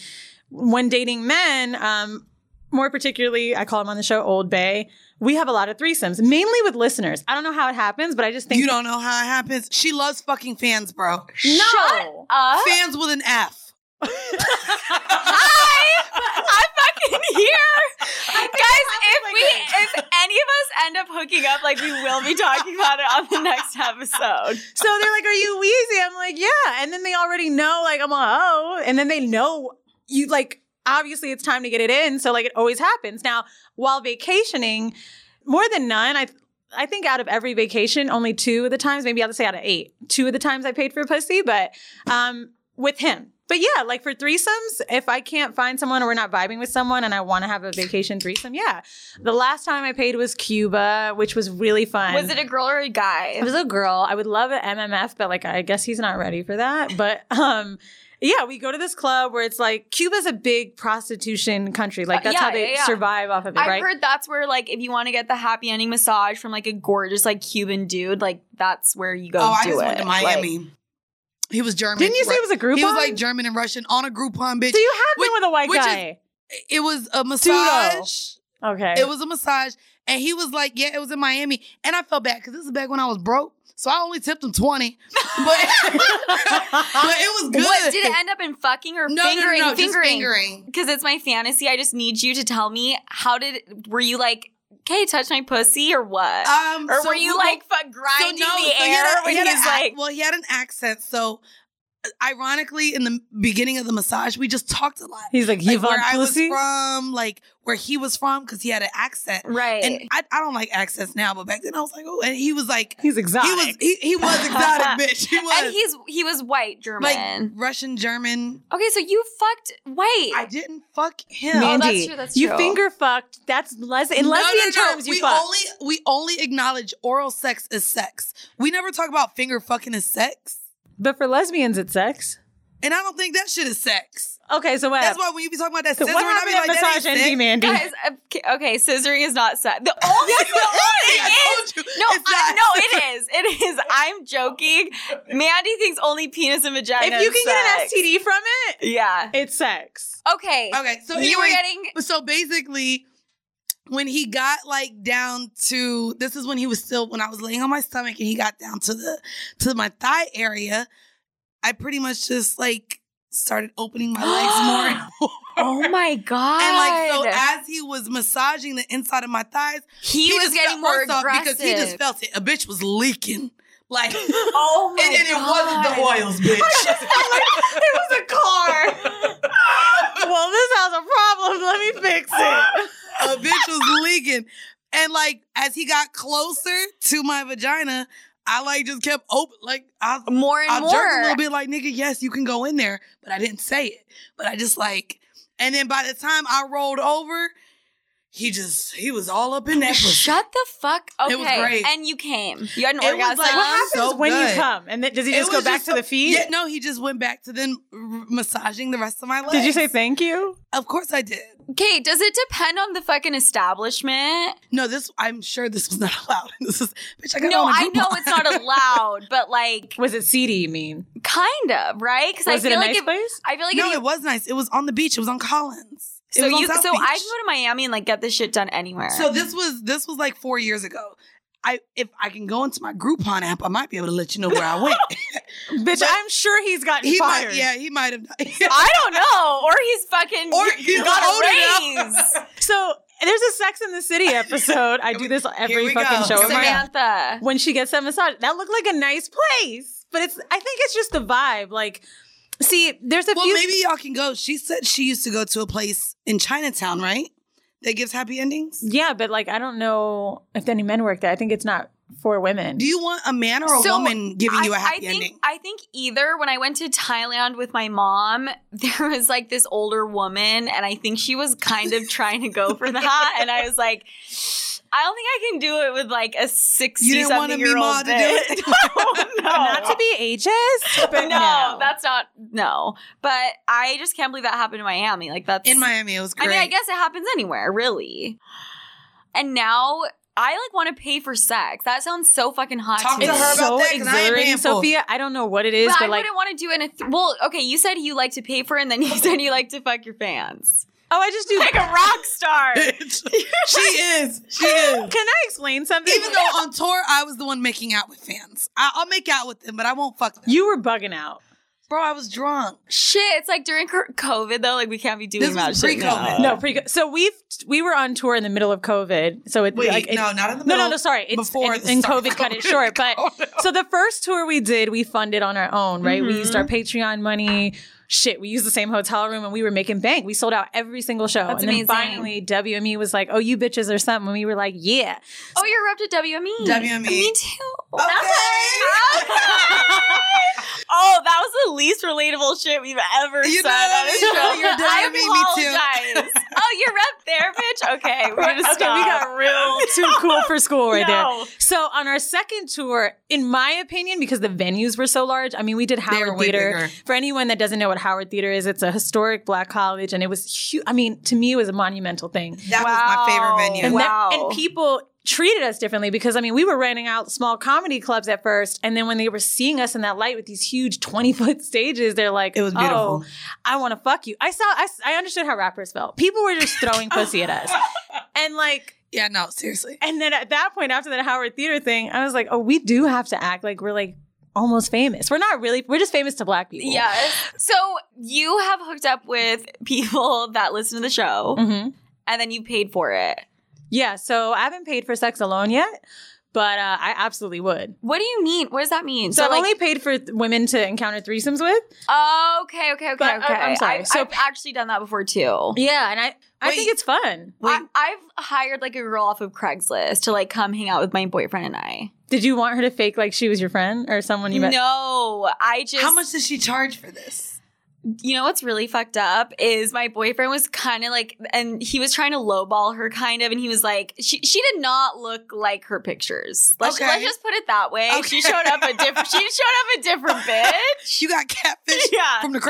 S3: when dating men, um, more particularly, I call him on the show Old Bay. We have a lot of threesomes, mainly with listeners. I don't know how it happens, but I just think
S2: you don't know how it happens. She loves fucking fans, bro.
S4: Shut
S3: No.
S4: up.
S2: Fans with an F.
S4: Hi! I'm fucking here. Guys, if
S3: like
S4: we
S3: that.
S4: if any of us end up hooking up, like we will be talking about it on the next episode.
S3: So they're like, "Are you wheezy?" I'm like, "Yeah." And then they already know, like, I'm like, "Oh," and then they know you like. Obviously, it's time to get it in. So like, it always happens. Now, while vacationing, more than none, I. I think out of every vacation, only two of the times, maybe I'll say out of eight, two of the times I paid for pussy, but um, with him. But yeah, like for threesomes, if I can't find someone or we're not vibing with someone and I want to have a vacation threesome, yeah. The last time I paid was Cuba, which was really fun.
S4: Was it a girl or a guy?
S3: It was a girl. I would love an MMF, but like I guess he's not ready for that. But um yeah, we go to this club where it's like Cuba's a big prostitution country. Like that's
S4: yeah,
S3: how they
S4: yeah, yeah.
S3: survive off of it,
S4: I've
S3: right?
S4: heard that's where, like, if you want to get the happy ending massage from like a gorgeous like Cuban dude, like that's where you go.
S2: oh, I
S4: do
S2: just
S4: it.
S2: went to
S4: Like-
S2: Miami. he was German.
S3: Didn't you say it was a group?
S2: He was like German and Russian on a Groupon, bitch.
S3: Do you have
S2: which-
S3: been with a white
S2: which is-
S3: guy?
S2: It was a
S3: Pseudo.
S2: massage.
S3: okay.
S2: It was a massage, and he was like, "Yeah, it was in Miami," and I felt bad because this is back when I was broke, so I only tipped him twenty, but but it was good.
S4: What did it end up in fucking or
S2: no,
S4: fingering?
S2: no, no, no, just
S4: fingering.
S2: fingering.
S4: Because it's my fantasy. I just need you to tell me how did were you like, okay, touch my pussy or what?
S2: Um,
S4: or
S2: so
S4: were you
S2: we-
S4: like fuck, grinding the
S2: he
S4: air
S2: had a-
S4: when
S2: he had
S4: he's
S2: an ac-
S4: like,
S2: well, he had an accent, so uh, ironically, in the beginning of the massage, we just talked a lot.
S3: he's like,
S2: Like
S3: Yvonne
S2: where I was
S3: Pussy.
S2: from, like where he was from, because he had an accent.
S4: right?
S2: And I, I don't like accents now, but back then I was like, oh, and he was like,
S3: He's exotic.
S2: he was he, he was exotic, bitch. He was.
S4: And he's he was white German.
S2: like Russian German.
S4: okay, so you fucked white.
S2: I didn't fuck him.
S4: Man,
S3: Mandy,
S4: that's true, that's
S3: you
S4: true.
S3: finger fucked. That's les- in
S2: No, no,
S3: lesbian
S2: no.
S3: terms. You
S2: we
S3: fucked.
S2: only we only acknowledge oral sex as sex. We never talk about finger fucking as sex,
S3: but for lesbians, it's sex.
S2: and I don't think that shit is sex.
S3: Okay, so what?
S2: That's why when you be talking about that
S3: so
S2: scissoring,
S3: what
S2: I
S3: happened
S2: be
S3: at
S2: like, that
S3: massage
S2: ain't
S3: envy,
S2: sex.
S3: Mandy?
S4: Guys, okay, okay, scissoring is not sex. The only the
S2: I
S4: only
S2: told you,
S4: No,
S2: it's
S4: I,
S2: not.
S4: no, it is. It is. I'm joking. Mandy thinks only penis and vagina.
S3: if you
S4: is
S3: can
S4: sex.
S3: get an STD from it,
S4: yeah.
S3: it's sex.
S4: Okay.
S2: Okay, Um, so
S4: you were
S2: anyway,
S4: getting
S2: so basically when he got like down to this is when he was still when i was laying on my stomach and he got down to the to my thigh area i pretty much just like started opening my legs more and more
S4: Oh my god!
S2: and like so as he was massaging the inside of my thighs
S4: he, was
S2: just
S4: getting
S2: felt-
S4: more
S2: first off,
S4: aggressive
S2: because he just felt it a bitch was leaking like and,
S4: Oh my
S2: and it wasn't
S4: god!
S2: the oils bitch
S4: It was a car.
S3: well, this has a problem. Let me fix it.
S2: a bitch was leaking. And like as he got closer to my vagina, I like just kept open, like I,
S4: More and
S2: I
S4: more.
S2: jerked a little bit, like nigga, yes, you can go in there, but I didn't say it. But I just like, and then by the time I rolled over, he just he was all up in that. pussy.
S4: Shut the fuck. Okay.
S2: It was great.
S4: And you came. You had an
S2: It was
S4: orgasm.
S2: like-
S3: What happens
S2: So
S3: when
S2: good.
S3: you come? And then does he
S2: Um, It
S3: just go
S2: was
S3: back
S2: just
S3: to
S2: so-
S3: the feet?
S2: Yeah, no, he just went back to then r- massaging the rest of my legs.
S3: Did you say thank you?
S2: Of course I did.
S4: okay, does it depend on the fucking establishment?
S2: No, this I'm sure this was not allowed. This is bitch. I got
S4: No,
S2: on a
S4: I
S2: group
S4: know
S2: line.
S4: it's not allowed, but like
S3: Was it seedy? You mean?
S4: kind of, right? Because I
S3: Was
S4: feel
S3: it a
S4: like
S3: nice
S4: if,
S3: place?
S4: I feel like
S2: no,
S4: if you,
S2: it was nice. It was on the beach. It was on Collins. It
S4: so
S2: was on
S4: you
S2: South
S4: so I
S2: Beach.
S4: can go to Miami and like get this shit done anywhere.
S2: So this was this was like four years ago. I if I can go into my Groupon app, I might be able to let you know where I went.
S3: Bitch, I'm sure he's gotten
S2: he
S3: fired.
S2: might, yeah, he might have.
S4: I don't know, or he's fucking
S2: Or
S4: or
S2: he's
S4: got
S2: older
S4: a
S2: now.
S4: raise.
S3: So there's a Sex in the City episode. I do this every
S2: we
S3: fucking
S2: go.
S3: show.
S2: Here
S3: of
S2: we
S3: mine.
S2: go.
S4: Samantha.
S3: when she gets that massage. That looked like a nice place, but it's. I think it's just the vibe. Like, see, there's a
S2: well,
S3: few.
S2: maybe y'all can go. She said she used to go to a place in Chinatown, right? That gives happy endings.
S3: yeah, but like, I don't know if any men work there. I think it's not for women.
S2: Do you want a man or a
S4: So,
S2: woman giving you a happy
S4: think,
S2: ending?
S4: I think either when I went to Thailand with my mom, there was like this older woman, and I think she was kind of trying to go for that. And I was like, I don't think I can do it with like a 60
S2: You didn't want
S4: something
S2: a
S4: year
S2: Mima to
S4: old.
S2: do it.
S4: no,
S3: not to be ageist, but
S4: no,
S3: no,
S4: that's not no. But I just can't believe that happened in Miami. Like that's
S2: in Miami, it was
S4: I
S2: great.
S4: mean, I guess it happens anywhere, really. And now I like want to pay for sex. That sounds so fucking hot.
S2: Talk
S4: to
S2: to
S4: me.
S2: her about
S3: it's so
S2: that, 'cause I ain't
S3: exhilarating,
S2: paying for it.
S3: Sophia. I don't know what it is,
S4: but
S3: but,
S4: I
S3: like,
S4: wouldn't want to do it in a th- well. Okay, you said you like to pay for, it, and then you said you like to fuck your fans,
S3: oh, I just do.
S4: like a rock star.
S2: Bitch. she is. She is.
S3: Can I explain something?
S2: Even though on tour I was the one making out with fans, I, I'll make out with them, but I won't fuck them.
S3: you were bugging out.
S2: Bro, I was drunk.
S4: Shit, it's like during cor- COVID though. Like we can't be doing
S2: This
S4: that
S2: was
S4: shit.
S2: pre-COVID.
S4: now.
S3: No, pre. So we've we were on tour in the middle of COVID. So it
S2: Wait,
S3: like, it-
S2: no, not in the
S3: no,
S2: middle.
S3: no, no. Sorry, it's
S2: before
S3: before
S2: the
S3: and, and
S2: start
S3: COVID cut
S2: of
S3: it short. But
S2: COVID.
S3: so the first tour we did, we funded on our own. Right, we used
S4: Mhm.
S3: our Patreon money. Shit, we used the same hotel room and we were making bank. We sold out every single show.
S4: That's
S3: and
S4: amazing.
S3: then finally, WME was like, "Oh, you bitches or something." And we were like, "Yeah."
S4: Oh, you're up to
S1: E.
S4: WME.
S2: WME.
S4: Me too.
S2: Okay.
S4: Oh, that was the least relatable shit we've ever
S2: You
S4: said
S2: know what I
S4: on a
S2: mean?
S4: show.
S2: You're
S4: I
S2: done. Me too.
S4: apologize. oh, you're up there, bitch. Okay, we're gonna
S3: Okay,
S4: stop.
S3: we got real too cool for school right there.
S4: No.
S3: So on our second tour, in my opinion, because the venues were so large, I mean, we did
S2: They were
S3: Howard
S2: way
S3: Theater.
S2: bigger.
S3: For anyone that doesn't know what Howard Theater is, it's a historic black college, and it was huge. I mean, to me, it was a monumental thing.
S2: That was my favorite
S4: Wow.
S2: venue.
S3: And,
S4: Wow.
S3: and people treated us differently because I mean, we were renting out small comedy clubs at first, and then when they were seeing us in that light with these huge twenty foot stages, they're like,
S2: It was beautiful.
S3: "Oh, I want to fuck you." I saw. I, I understood how rappers felt. People were just throwing pussy at us, and like.
S2: Yeah, no, seriously.
S3: And then at that point, after that Howard Theater thing, I was like, oh, we do have to act like we're like almost famous. We're not really, we're just famous to black people.
S4: Yes. So you have hooked up with people that listen to the show
S2: Mm.
S3: hmm
S4: and then you paid for it.
S3: Yeah. So I haven't paid for sex alone yet, but uh, I absolutely would.
S4: What do you mean? What does that mean?
S3: So, I've only paid for th- women to encounter threesomes with.
S4: oh, okay, okay, okay,
S3: But, uh,
S4: okay.
S3: I'm sorry.
S4: I've,
S3: So-
S4: I've actually done that before too.
S3: Yeah. And I, I
S2: Wait.
S3: think it's fun.
S4: I, I've hired like a girl off of Craigslist to like come hang out with my boyfriend and I.
S3: Did you want her to fake like she was your friend or someone you met?
S4: No, I just
S2: How much does she charge for this?
S4: you know what's really fucked up is my boyfriend was kind of like and he was trying to lowball her kind of and he was like she she did not look like her pictures let's,
S2: Okay.
S4: let's just put it that way
S2: Okay.
S4: she showed up a different she showed up a different bitch
S2: You got catfish
S4: yeah
S2: from the Craigslist.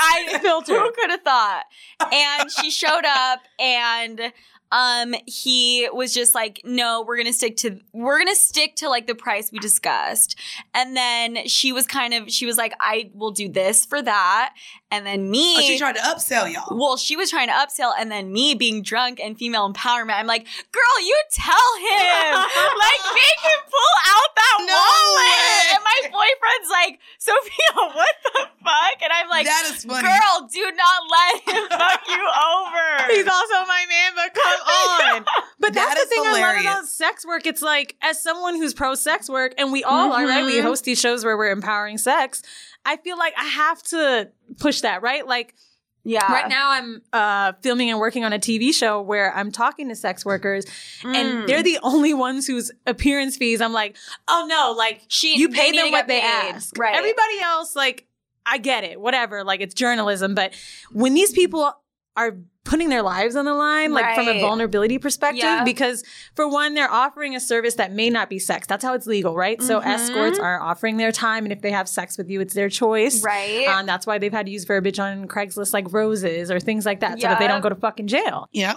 S4: I
S3: Filter.
S4: Who could have thought? And she showed up and um he was just like, "No, we're going to stick to we're going to stick to like the price we discussed." And then she was kind of she was like, "I will do this for that." And then me
S2: oh, she tried to upsell y'all.
S4: well, she was trying to upsell, and then me being drunk and female empowerment, I'm like, girl, you tell him. like, make him pull out that
S2: No way.
S4: wallet. And my boyfriend's like, Sophia, what the fuck? And I'm like,
S2: that is funny.
S4: Girl, do not let him fuck you over.
S3: He's also my man, but come on. But that's
S2: That is
S3: the thing I love
S2: hilarious.
S3: about sex work. It's like, as someone who's pro sex work, and we all are, right? We
S2: Mm-hmm.
S4: Mhm.
S3: host these shows where we're empowering sex. I feel like I have to push that, right? Like,
S5: Yeah.
S3: Right now, I'm uh, filming and working on a TV show where I'm talking to sex workers, and they're the only ones whose appearance fees I'm like, oh no, like
S4: She
S3: you pay
S4: need to
S3: them what
S4: get
S3: they
S4: paid.
S3: ask.
S5: Right.
S3: Everybody else, like, I get it, whatever, like it's journalism, but when these people are putting their lives on the line, like from
S5: Right.
S3: a vulnerability perspective,
S5: Yeah.
S3: because for one, they're offering a service that may not be sex. That's how it's legal, right? So
S4: Mhm.
S3: escorts are offering their time, and if they have sex with you, it's their choice.
S5: Right.
S3: Um, that's why they've had to use verbiage on Craigslist like roses or things like that so that they
S5: Yeah.
S3: don't go to fucking jail.
S2: Yeah.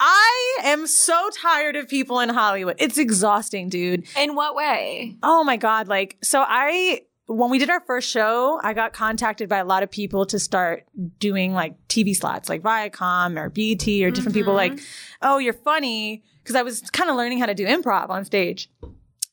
S3: I am so tired of people in Hollywood. It's exhausting, dude.
S4: In what way?
S3: Oh my God. Like, so I, when we did our first show, I got contacted by a lot of people to start doing like TV slots, like Viacom or BT or different people, like,
S2: Mm-hmm.
S3: oh, you're funny. Cause I was kind of learning how to do improv on stage.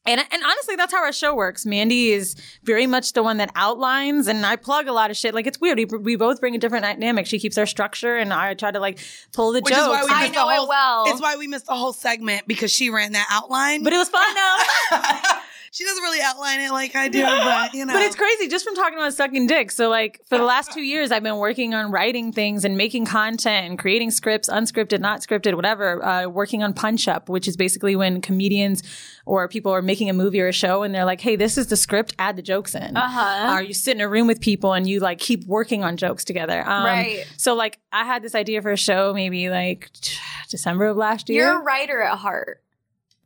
S3: And, and honestly, that's how our show works. Mandy is very much the one that outlines, and I plug a lot of shit. Like it's weird. We, we both bring a different dynamic. She keeps our structure, and I try to like pull the
S2: Which
S3: jokes.
S2: is why we
S4: I
S2: missed
S4: know
S2: the
S4: it
S2: whole,
S4: well.
S2: It's why we missed the whole segment because she ran that outline.
S3: but it was fun though.
S2: she doesn't really outline it like I do, but you know.
S3: But it's crazy just from talking about sucking dick. So like for the last two years, I've been working on writing things and making content and creating scripts, unscripted, not scripted, whatever. Uh, working on punch up, which is basically when comedians or people are making a movie or a show and they're like, "Hey, this is the script. Add the jokes in."
S4: Uh-huh.
S3: Or you sit in a room with people and you like keep working on jokes together. Um,
S4: Right.
S3: So like I had this idea for a show maybe like December of last year.
S4: You're a writer at heart.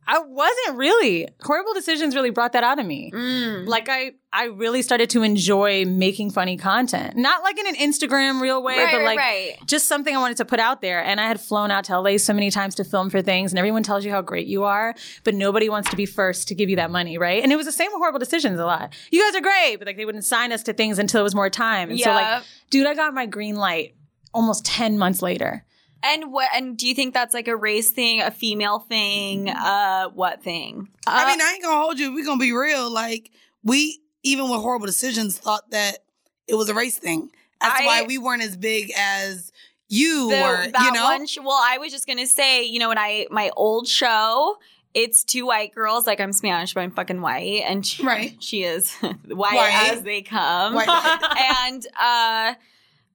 S3: I wasn't really. Horrible decisions really brought that out of me.
S4: Mm.
S3: Like I, I really started to enjoy making funny content. Not like in an Instagram real way,
S4: Right,
S3: but
S4: right,
S3: like
S4: right.
S3: just something I wanted to put out there. And I had flown out to LA so many times to film for things, and everyone tells you how great you are, but nobody wants to be first to give you that money, right? And it was the same with horrible decisions a lot. You guys are great, but like they wouldn't sign us to things until it was more time. And so
S4: Yep.
S3: like, dude, I got my green light almost ten months later.
S4: And what? And do you think that's like a race thing, a female thing, uh, what thing?
S2: I mean, I ain't gonna hold you. We're gonna be real. Like we, even with horrible decisions, thought that it was a race thing. That's
S4: I-
S2: why we weren't as big as you
S4: Uh, The-
S2: were.
S4: that
S2: You know,
S4: one sh- well, I was just gonna say, you know, when I my old show, it's two white girls. Like I'm Spanish, but I'm fucking white, and she,
S2: Right.
S4: she is white,
S2: White.
S4: as they come.
S2: White.
S4: and uh,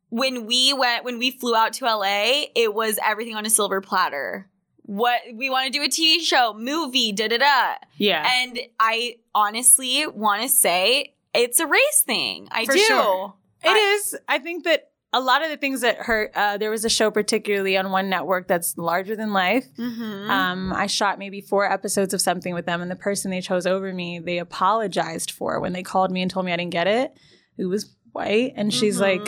S4: when we went, when we flew out to LA, it was everything on a silver platter. What we want to do a TV show, movie, da da da.
S3: Yeah.
S4: And I honestly want to say it's a race thing. I
S2: For
S4: do.
S2: sure.
S3: It is. I think that a lot of the things that hurt, uh, there was a show particularly on one network that's larger than life.
S2: Mm-hmm.
S3: Um, I shot maybe four episodes of something with them, and the person they chose over me, they apologized for when they called me and told me I didn't get it, who was white. And she's like,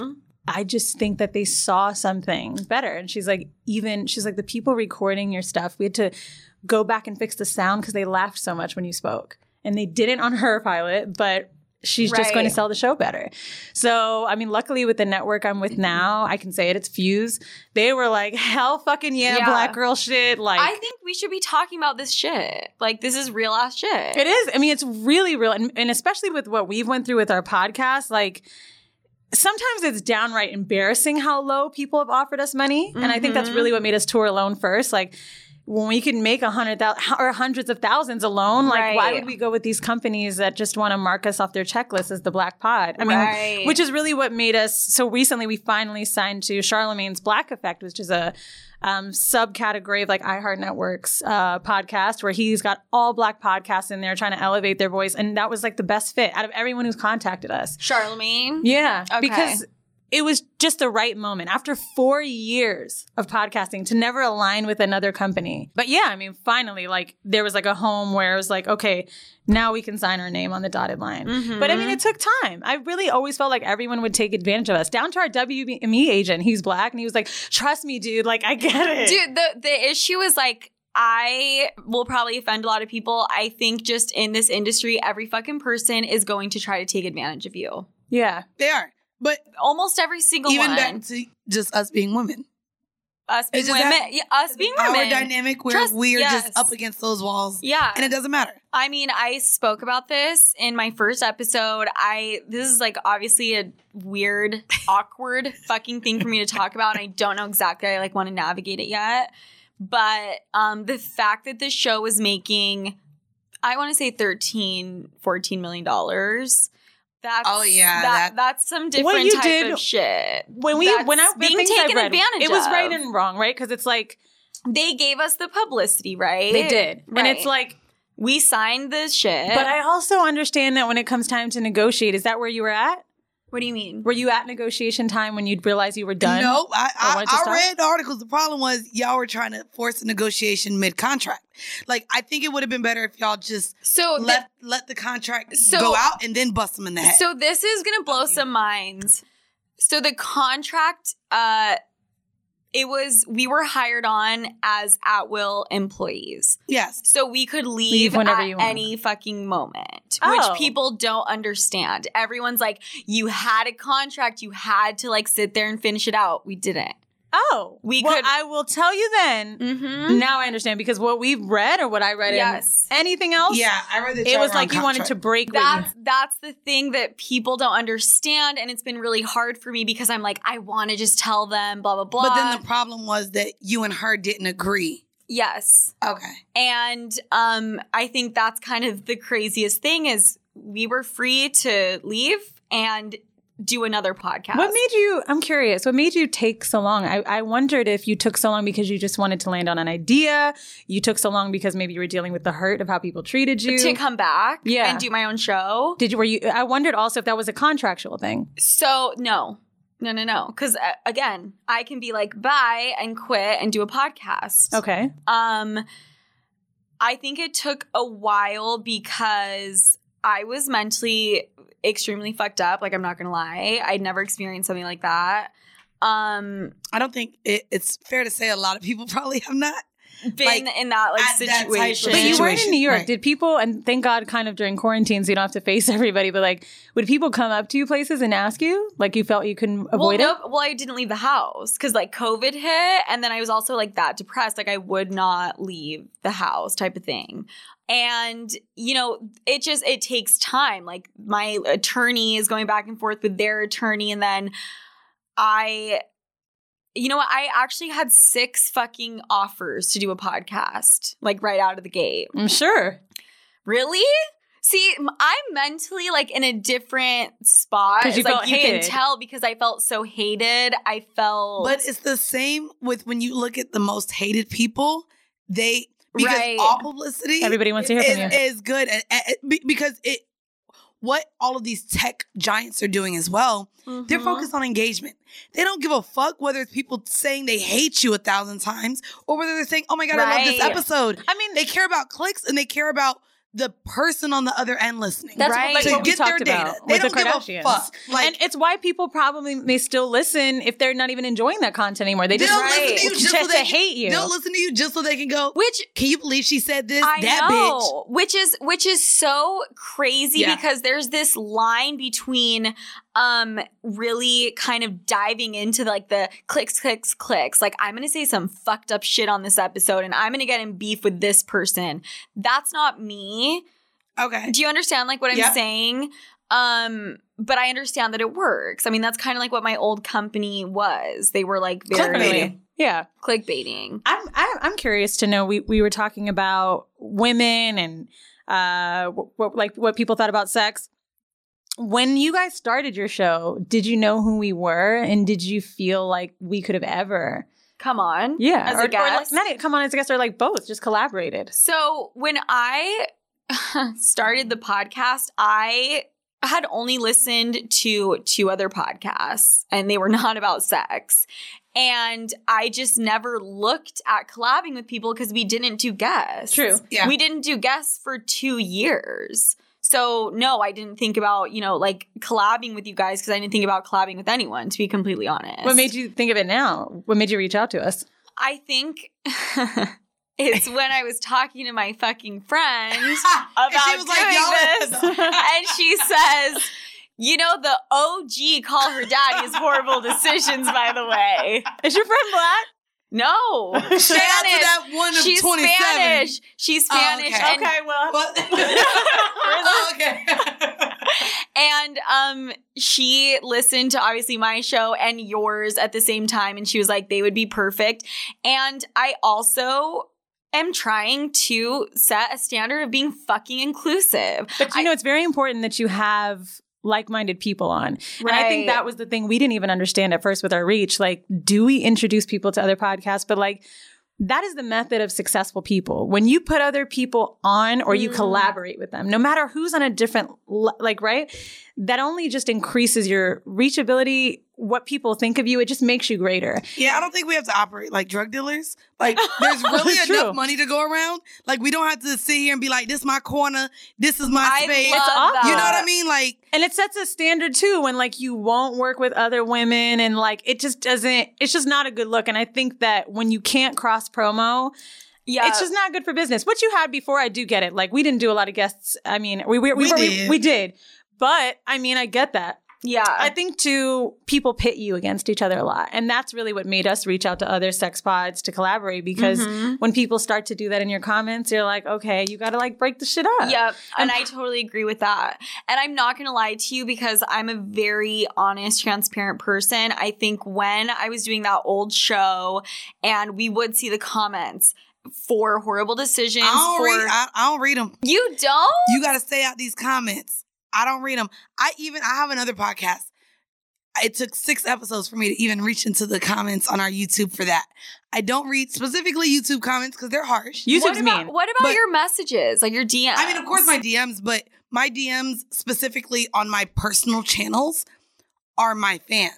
S3: I just think that they saw something better. And she's like, even, she's like, the people recording your stuff, we had to go back and fix the sound because they laughed so much when you spoke. And they didn't on her pilot, but she's just going to
S4: Right.
S3: sell the show better. So, I mean, luckily with the network I'm with now, I can say it, it's Fuse. They were like, hell fucking yeah,
S4: Yeah.
S3: black girl shit. Like,
S4: I think we should be talking about this shit. Like this is real ass shit.
S3: It is. I mean, it's really real, and, and especially with what we've went through with our podcast, like. Sometimes it's downright embarrassing how low people have offered us money, and I think that's
S2: Mhm.
S3: really what made us tour alone first. Like when we could make a hundred thousand or hundreds of thousands alone, like why
S4: Right.
S3: would we go with these companies that just want to mark us off their checklist as the black pod? I mean,
S4: Right.
S3: which is really what made us so recently. We finally signed to Charlemagne's Black Effect, which is a um, subcategory of like iHeart Network's uh, podcast, where he's got all black podcasts in there trying to elevate their voice. And that was like the best fit out of everyone who's contacted us.
S4: Charlemagne.
S3: Yeah.
S4: Okay.
S3: Because it was just the right moment after four years of podcasting to never align with another company. But yeah, I mean, finally, like there was like a home where it was like, okay, now we can sign our name on the dotted line. But I mean, it took time. I really always felt like everyone would take advantage of us, down to our WME agent. He's black and he was like, trust me, dude. Like, I get it.
S4: Dude, the the issue is like I will probably offend a lot of people. I think just in this industry, every fucking person is going to try to take advantage of you.
S3: Yeah.
S2: They are. But
S4: Almost every single
S2: even
S4: one.
S2: back to just us being women.
S4: us being
S2: just
S4: women.
S2: that-
S4: yeah, us being
S2: Our
S4: women.
S2: dynamic where
S4: Trust-
S2: we're
S4: yes.
S2: just up against those walls.
S4: yeah.
S2: And it doesn't matter.
S4: I mean, I spoke about this in my first episode. I this is like obviously a weird, awkward fucking thing for me to talk about, and I don't know exactly I like want to navigate it yet. But um the fact that this show was making I want to say 13, 14 million dollars. That's
S2: Oh, yeah,
S4: that,
S2: that-
S4: that's some
S3: What
S4: different
S3: you
S4: type
S3: did-
S4: of shit.
S3: When we, when I,
S4: That's
S3: the
S4: being
S3: things I
S4: taken
S3: read,
S4: advantage
S3: it was
S4: of.
S3: right and wrong, right? Because it's like,
S4: They gave us the publicity, right?
S3: they did.
S4: Right.
S3: And it's like,
S4: we signed this shit.
S3: But I also understand that when it comes time to negotiate, is that where you were at?
S4: what do you mean?
S3: Were you at negotiation time when you'd realize you were done?
S2: No, I,
S3: Or
S2: I,
S3: wanted to
S2: I,
S3: stop?
S2: read the articles. The problem was y'all were trying to force a negotiation mid contract. Like I think it would have been better if y'all just
S4: So the-
S2: let let the contract
S4: So-
S2: go out and then bust them in the head.
S4: So this is gonna blow some minds. So the contract, uh, it was we were hired on as at will employees,
S2: yes,
S4: so we could leave,
S3: Leave whenever
S4: at
S3: you want.
S4: any fucking moment,
S3: Oh.
S4: which people don't understand. Everyone's like, "You had a contract, you had to like sit there and finish it out." We didn't.
S3: Oh,
S4: We
S3: well,
S4: could-
S3: I will tell you then.
S4: Mm-hmm.
S3: Now I understand because what we've read or what I read, in
S4: Yes.
S3: anything else,
S2: yeah, I read that.
S3: it
S2: y'all
S3: was
S2: were on
S3: like you wanted to
S2: contract.
S3: break. what you-
S4: That's that's the thing that people don't understand, and it's been really hard for me because I'm like, I want to just tell them, blah blah blah.
S2: But then the problem was that you and her didn't agree.
S4: yes,
S2: Okay,
S4: And um, I think that's kind of the craziest thing is we were free to leave and do another podcast.
S3: What made you? I'm curious. What made you take so long? I, I wondered if you took so long because you just wanted to land on an idea. You took so long because maybe you were dealing with the hurt of how people treated you.
S4: to come back
S3: Yeah.
S4: and do my own show?
S3: Did you? Were you? I wondered also if that was a contractual thing.
S4: So no, no, no, no. Because uh, again, I can be like bye and quit and do a podcast.
S3: Okay.
S4: Um, I think it took a while because I was mentally extremely fucked up. Like I'm not gonna lie, I'd never experienced something like that. Um,
S2: I don't think it, it's fair to say a lot of people probably have not.
S4: been
S2: Like,
S4: in that like
S2: at that type of
S4: situation.
S3: But you
S2: were-
S3: weren't in
S2: situation,
S3: New York.
S2: right.
S3: Did people, and thank God, kind of during quarantine, so you don't have to face everybody, but like, would people come up to you places and ask you? Like, you felt you couldn't
S4: well,
S3: avoid
S4: nope. Well, I didn't leave the house because like COVID hit, and then I was also like that depressed. Like I would not leave the house, type of thing. And you know, it just it takes time. Like my attorney is going back and forth with their attorney, and then I. You know what? I actually had six fucking offers to do a podcast, like right out of the gate.
S3: it? I'm sure.
S4: Really? See, m- I'm mentally like in a different spot.
S3: 'Cause you
S4: It's like
S3: felt
S4: you
S3: hated.
S4: can tell because I felt so hated. I felt
S2: But it's the same with when you look at the most hated people. They because
S4: Right.
S2: all publicity
S3: Everybody wants to hear
S2: is,
S3: from you.
S2: is good and, and- be- because it what all of these tech giants are doing as well.
S4: Mm-hmm.
S2: They're
S3: Mhm.
S2: focused on engagement. They don't give a fuck whether it's people saying they hate you a thousand times or whether they're saying, oh my God, I love this
S3: Right.
S2: episode.
S3: I mean,
S2: They care about clicks and they care about the person on the other end listening.
S4: That's
S3: right.
S4: like
S2: to
S4: what we
S2: get their
S3: talked
S2: data.
S3: about
S2: They
S3: with
S2: don't
S3: the
S2: give a
S3: Kardashians.
S2: fuck. Like,
S3: and it's why people probably may still listen if they're not even enjoying that content anymore. They just
S2: they'll
S4: Right.
S2: listen to you
S3: to
S2: just so they
S3: to hate you.
S2: They'll listen to you just so they can go,
S4: Which
S2: can you believe she said this?
S4: I
S2: that bitch.
S4: know, which is which is so crazy
S2: Yeah.
S4: because there's this line between um really kind of diving into like the clicks, clicks, clicks. Like I'm gonna say some fucked up shit on this episode, and I'm gonna get in beef with this person. That's not me.
S2: Okay.
S4: Do you understand like what I'm
S2: Yeah.
S4: saying? Um, but I understand that it works. I mean, that's kind of like what my old company was. They were like very
S2: Clickbaiting.
S3: yeah.
S4: clickbaiting.
S3: I'm I- I'm curious to know. We we were talking about women and uh, what, what like what people thought about sex. When you guys started your show, did you know who we were, and did you feel like we could have ever,
S4: Come on.
S3: yeah,
S4: As a
S3: or, or,
S4: guest?
S3: like, not come on as a guest, or like both, just collaborated?
S4: So when I started the podcast, I had only listened to two other podcasts and they were not about sex. And I just never looked at collabing with people because we didn't do guests.
S3: True.
S2: Yeah.
S4: We didn't do guests for two years. So no, I didn't think about, you know, like collabing with you guys because I didn't think about collabing with anyone, to be completely honest.
S3: What made you think of it now? What made you reach out to us?
S4: I think it's when I was talking to my fucking friend
S2: And
S4: about
S2: she was like,
S4: doing
S2: y'all
S4: this. and she says, you know, the OG call her daddy is horrible decisions, by the way.
S3: Is your friend black?
S4: No. Spanish.
S2: Shout out to that one of
S4: She's
S2: 27.
S4: Spanish. She's
S2: Oh,
S4: Spanish.
S2: okay.
S4: And,
S3: well,
S2: What? oh, okay.
S4: and um she listened to obviously my show and yours at the same time and she was like they would be perfect and i also am trying to set a standard of being fucking inclusive
S3: but you
S4: I-
S3: know, it's very important that you have like-minded people on. And I think that was the thing we didn't even understand at first with our reach. Like, do we introduce people to other podcasts? But like, that is the method of successful people. When you put other people on or you
S4: Mm.
S3: collaborate with them, no matter who's on a different, le- like, right? That only just increases your reachability, what people think of you. It just makes you greater.
S2: Yeah, I don't think we have to operate like drug dealers. Like, there's really
S3: It's
S2: enough
S3: true.
S2: money to go around. Like, we don't have to sit here and be like, this my corner, this is my
S4: I
S2: space.
S4: love
S3: awful.
S4: that.
S2: you know what I mean? Like,
S3: And it sets a standard too when like you won't work with other women and like it just doesn't, it's just not a good look. And I think that when you can't cross promo,
S4: Yeah,
S3: It's just not good for business. What you had before, I do get it. Like we didn't do a lot of guests. I mean, we we we,
S2: We
S3: were- we,
S2: did.
S3: we did, but I mean, I get that.
S4: yeah.
S3: I think too, people pit you against each other a lot, and that's really what made us reach out to other sex pods to collaborate because.
S4: Mhm.
S3: When people start to do that in your comments, you're like, okay, you gotta like break the shit up.
S4: Yep. And
S3: I'm-
S4: I totally agree with that. And I'm not going to lie to you because I'm a very honest, transparent person. I think when I was doing that old show and we would see the comments for horrible decisions,
S2: I don't,
S4: for
S2: read, Oh, I, I don't read them.
S4: you don't?
S2: You got to stay out these comments. I don't read them. I even, I have another podcast. It took six episodes for me to even reach into the comments on our YouTube for that. I don't read specifically YouTube comments because they're harsh.
S4: what
S3: YouTube's
S4: about,
S3: mean.
S4: What about
S2: But-
S4: your messages, like your DMs?
S2: I mean, of course, my DMs, but my DMs specifically on my personal channels are my fans.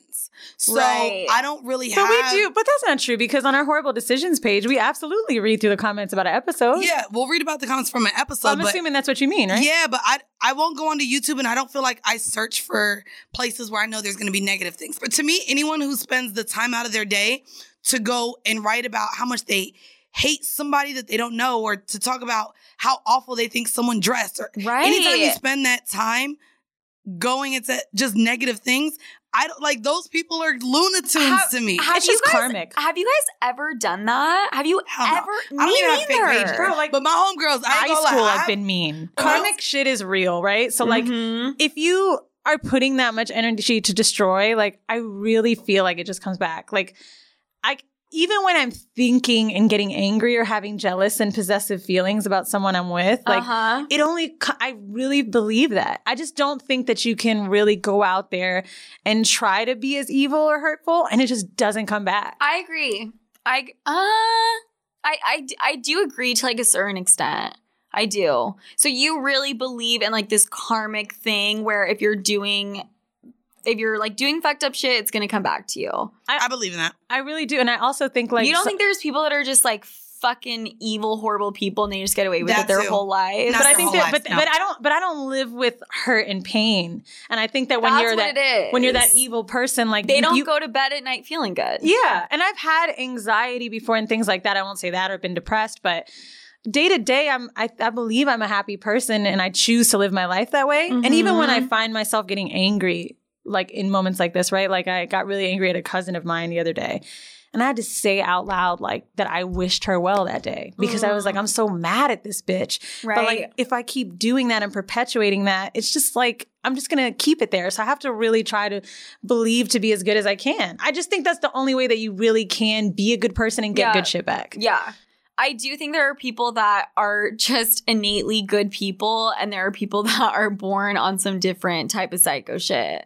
S2: So
S4: Right.
S2: I don't really
S3: So
S2: have.
S3: we do, but that's not true because on our horrible decisions page, we absolutely read through the comments about an episode.
S2: Yeah, we'll read about the comments from an
S3: So
S2: episode.
S3: I'm
S2: but
S3: assuming that's what you mean, right?
S2: Yeah, but I I won't go onto YouTube and I don't feel like I search for places where I know there's going to be negative things. But to me, anyone who spends the time out of their day to go and write about how much they hate somebody that they don't know or to talk about how awful they think someone dressed or
S4: right.
S2: anytime you spend that time going into just negative things, I don't like those people are lunatics
S4: How-
S2: to me.
S4: have
S3: It's
S4: you
S3: just
S4: guys-
S3: karmic.
S4: Have you guys ever done that? Have you
S2: Hell no.
S4: ever?
S2: I don't
S4: Me
S2: even have fake
S4: neither.
S2: pages.
S3: Bro, like-
S2: but my homegirls, I ain't
S3: High
S2: gonna
S3: school,
S2: lie,
S3: I've
S2: I- Mm-hmm.
S3: been mean.
S2: Girl.
S3: Karmic shit is real, right? So like,
S4: Mhm.
S3: if you are putting that much energy to destroy, like I really feel like it just comes back. Like I even when I'm thinking and getting angry or having jealous and possessive feelings about someone I'm with, like
S4: uh-huh.
S3: it only co- I really believe that. I just don't think that you can really go out there and try to be as evil or hurtful and it just doesn't come back.
S4: I agree. I uh I, I I do agree to like a certain extent. I do. So you really believe in like this karmic thing where if you're doing if you're like doing fucked up shit, it's gonna come back to you.
S2: I believe in that.
S3: I really do. And I also think like
S4: you don't
S3: so-
S4: think there's people that are just like fucking evil, horrible people and they just get away with it
S2: That
S4: their
S2: too.
S4: whole life.
S2: Not
S3: but I
S2: their
S3: think
S2: whole
S3: that,
S2: lives,
S3: but,
S2: no.
S3: but I don't, but I don't live with hurt and pain. And I think that when
S4: That's
S3: you're
S4: what
S3: that,
S4: it is.
S3: when you're that evil person, like
S4: they
S3: you-
S4: don't
S3: you-
S4: go to bed at night feeling good.
S3: Yeah, and I've had anxiety before and things like that. I won't say that or been depressed, but day to day, I'm I, I believe I'm a happy person, and I choose to live my life that way. And even when I
S4: Mm-hmm.
S3: find myself getting angry, like in moments like this, right? Like I got really angry at a cousin of mine the other day. And I had to say out loud, like, that I wished her well that day because I
S4: Mm.
S3: was like, I'm so mad at this bitch. But,
S4: Right.
S3: like, if I keep doing that and perpetuating that, it's just like, I'm just gonna keep it there. So I have to really try to believe to be as good as I can. I just think that's the only way that you really can be a good person and get
S4: Yeah.
S3: good shit back.
S4: Yeah. I do think there are people that are just innately good people, and there are people that are born on some different type of psycho shit.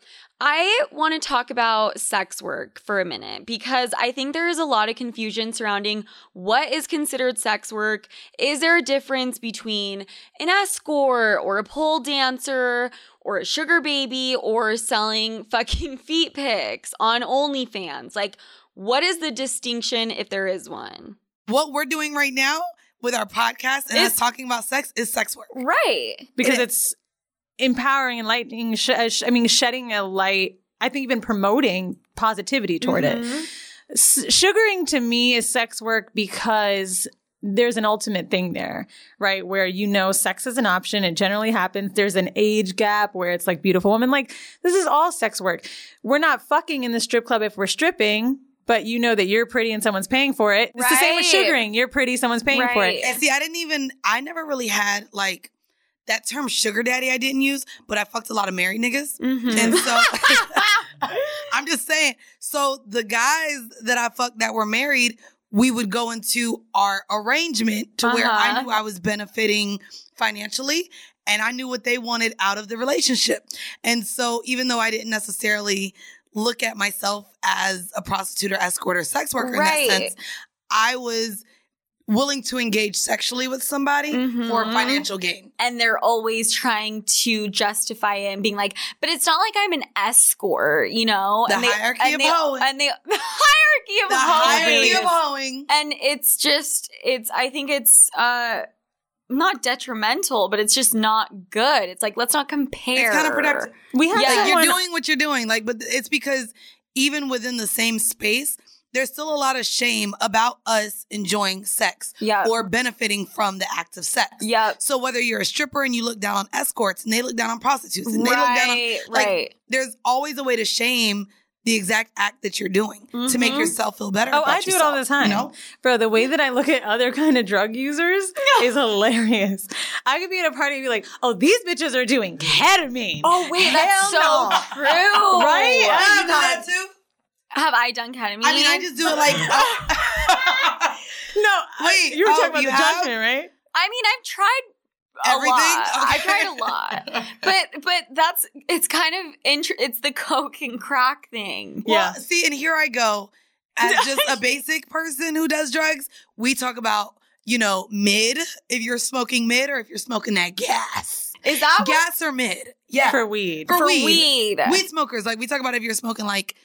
S4: I want to talk about sex work for a minute because I think there is a lot of confusion surrounding what is considered sex work. Is there a difference between an escort or a pole dancer or a sugar baby or selling fucking feet pics on OnlyFans? Like, what is the distinction if there is one?
S2: What we're doing right now with our podcast and
S4: It's-
S2: us talking about sex is sex work.
S4: Right.
S3: Because
S2: It-
S3: it's empowering, enlightening, sh- uh, sh- I mean, shedding a light, I think even promoting positivity toward it. S- sugaring to me is sex work because there's an ultimate thing there, right? Where you know sex is an option. It generally happens. There's an age gap where it's like beautiful woman. Like this is all sex work. We're not fucking in the strip club if we're stripping, but you know that you're pretty and someone's paying for it. It's the same with
S4: Right.
S3: sugaring. You're pretty, someone's paying for
S4: Right.
S3: it.
S2: And see, I didn't even, I never really had like that term sugar daddy I didn't use, but I fucked a lot of married niggas.
S4: Mm-hmm.
S2: And so I'm just saying. So the guys that I fucked that were married, we would go into our arrangement to where
S4: Uh-huh.
S2: I knew I was benefiting financially and I knew what they wanted out of the relationship. And so even though I didn't necessarily look at myself as a prostitute or escort or sex worker in
S4: Right.
S2: that sense, I was willing to engage sexually with somebody for
S4: Mhm.
S2: financial gain.
S4: and they're always trying to justify it and being like, but it's not like I'm an escort, you know?
S2: The
S4: and
S2: hierarchy
S4: and
S2: of
S4: they,
S2: hoeing.
S4: and they, the hierarchy of
S2: The hierarchy
S4: hoeing.
S2: of hoeing.
S4: And it's just, it's, I think it's, uh, not detrimental, but it's just not good. It's like, let's not compare.
S2: It's counterproductive.
S3: We have
S4: Yeah.
S2: Like,
S3: that
S2: you're
S3: one-
S2: doing what you're doing. Like, but it's because even within the same space, there's still a lot of shame about us enjoying sex
S4: Yeah.
S2: or benefiting from the act of sex.
S4: Yep.
S2: So whether you're a stripper and you look down on escorts and they look down on prostitutes and they look down on
S4: Right,
S2: like,
S4: right.
S2: there's always a way to shame the exact act that you're doing to
S4: Mm-hmm.
S2: make yourself feel better.
S3: Oh,
S2: about
S3: I do it all the
S2: yourself, you
S3: time.
S2: know?
S3: Bro, the way that I look at other kind of drug users is hilarious. I could be at a party and be like, oh, these bitches are doing ketamine.
S4: Oh, wait, that's
S3: Hell
S4: so
S3: no.
S4: true.
S3: Right?
S2: You
S3: I'm
S2: do
S3: not-
S2: that too?
S4: Have I done ketamine?
S2: I mean, I just do it like. oh,
S3: No, I-
S2: Wait,
S3: you were
S2: oh,
S3: talking about
S2: you
S3: the
S2: have?
S3: judgment, right?
S4: I mean, I've tried a
S2: Everything?
S4: lot. I've
S2: Okay.
S4: tried a lot, but but that's it's kind of int- it's the coke and crack thing.
S2: Well, see, and here I go as just a basic person who does drugs. We talk about you know mid if you're smoking mid or if you're smoking that gas,
S4: Is that what-
S2: gas or mid. Yeah,
S3: Uh-huh. for weed.
S2: for
S4: for
S2: weed.
S4: weed?
S2: weed smokers like we talk about if you're smoking like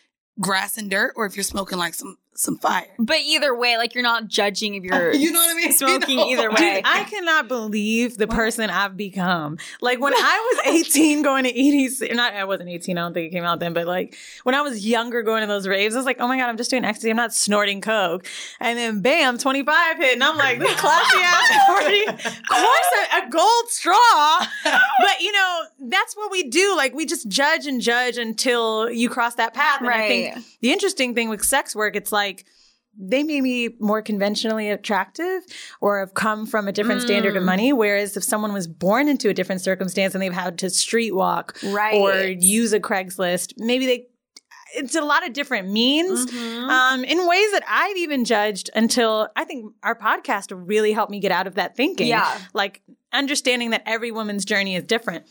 S2: grass and dirt or if you're smoking like some some fire.
S4: But either way, like you're not judging if you're
S2: You know what I mean?
S4: smoking
S2: You know.
S4: either way.
S3: Dude, I cannot believe the person I've become. Like when I was 18 going to EDC, not I wasn't 18, I don't think it came out then, but like when I was younger going to those raves, I was like, oh my God, I'm just doing ecstasy, I'm not snorting coke. And then bam, 25 hit, and I'm like, this classy ass party. Of course, a, a gold straw. But you know, that's what we do. Like we just judge and judge until you cross that path. And I
S4: Right.
S3: think the interesting thing with sex work, it's like, they may be more conventionally attractive or have come from a different standard of
S4: Mm.
S3: money. Whereas if someone was born into a different circumstance and they've had to street walk
S4: Right.
S3: or use a Craigslist, maybe they it's a lot of different means
S4: Mm-hmm.
S3: um, in ways that I've even judged until I think our podcast really helped me get out of that thinking.
S4: Yeah.
S3: Like understanding that every woman's journey is different.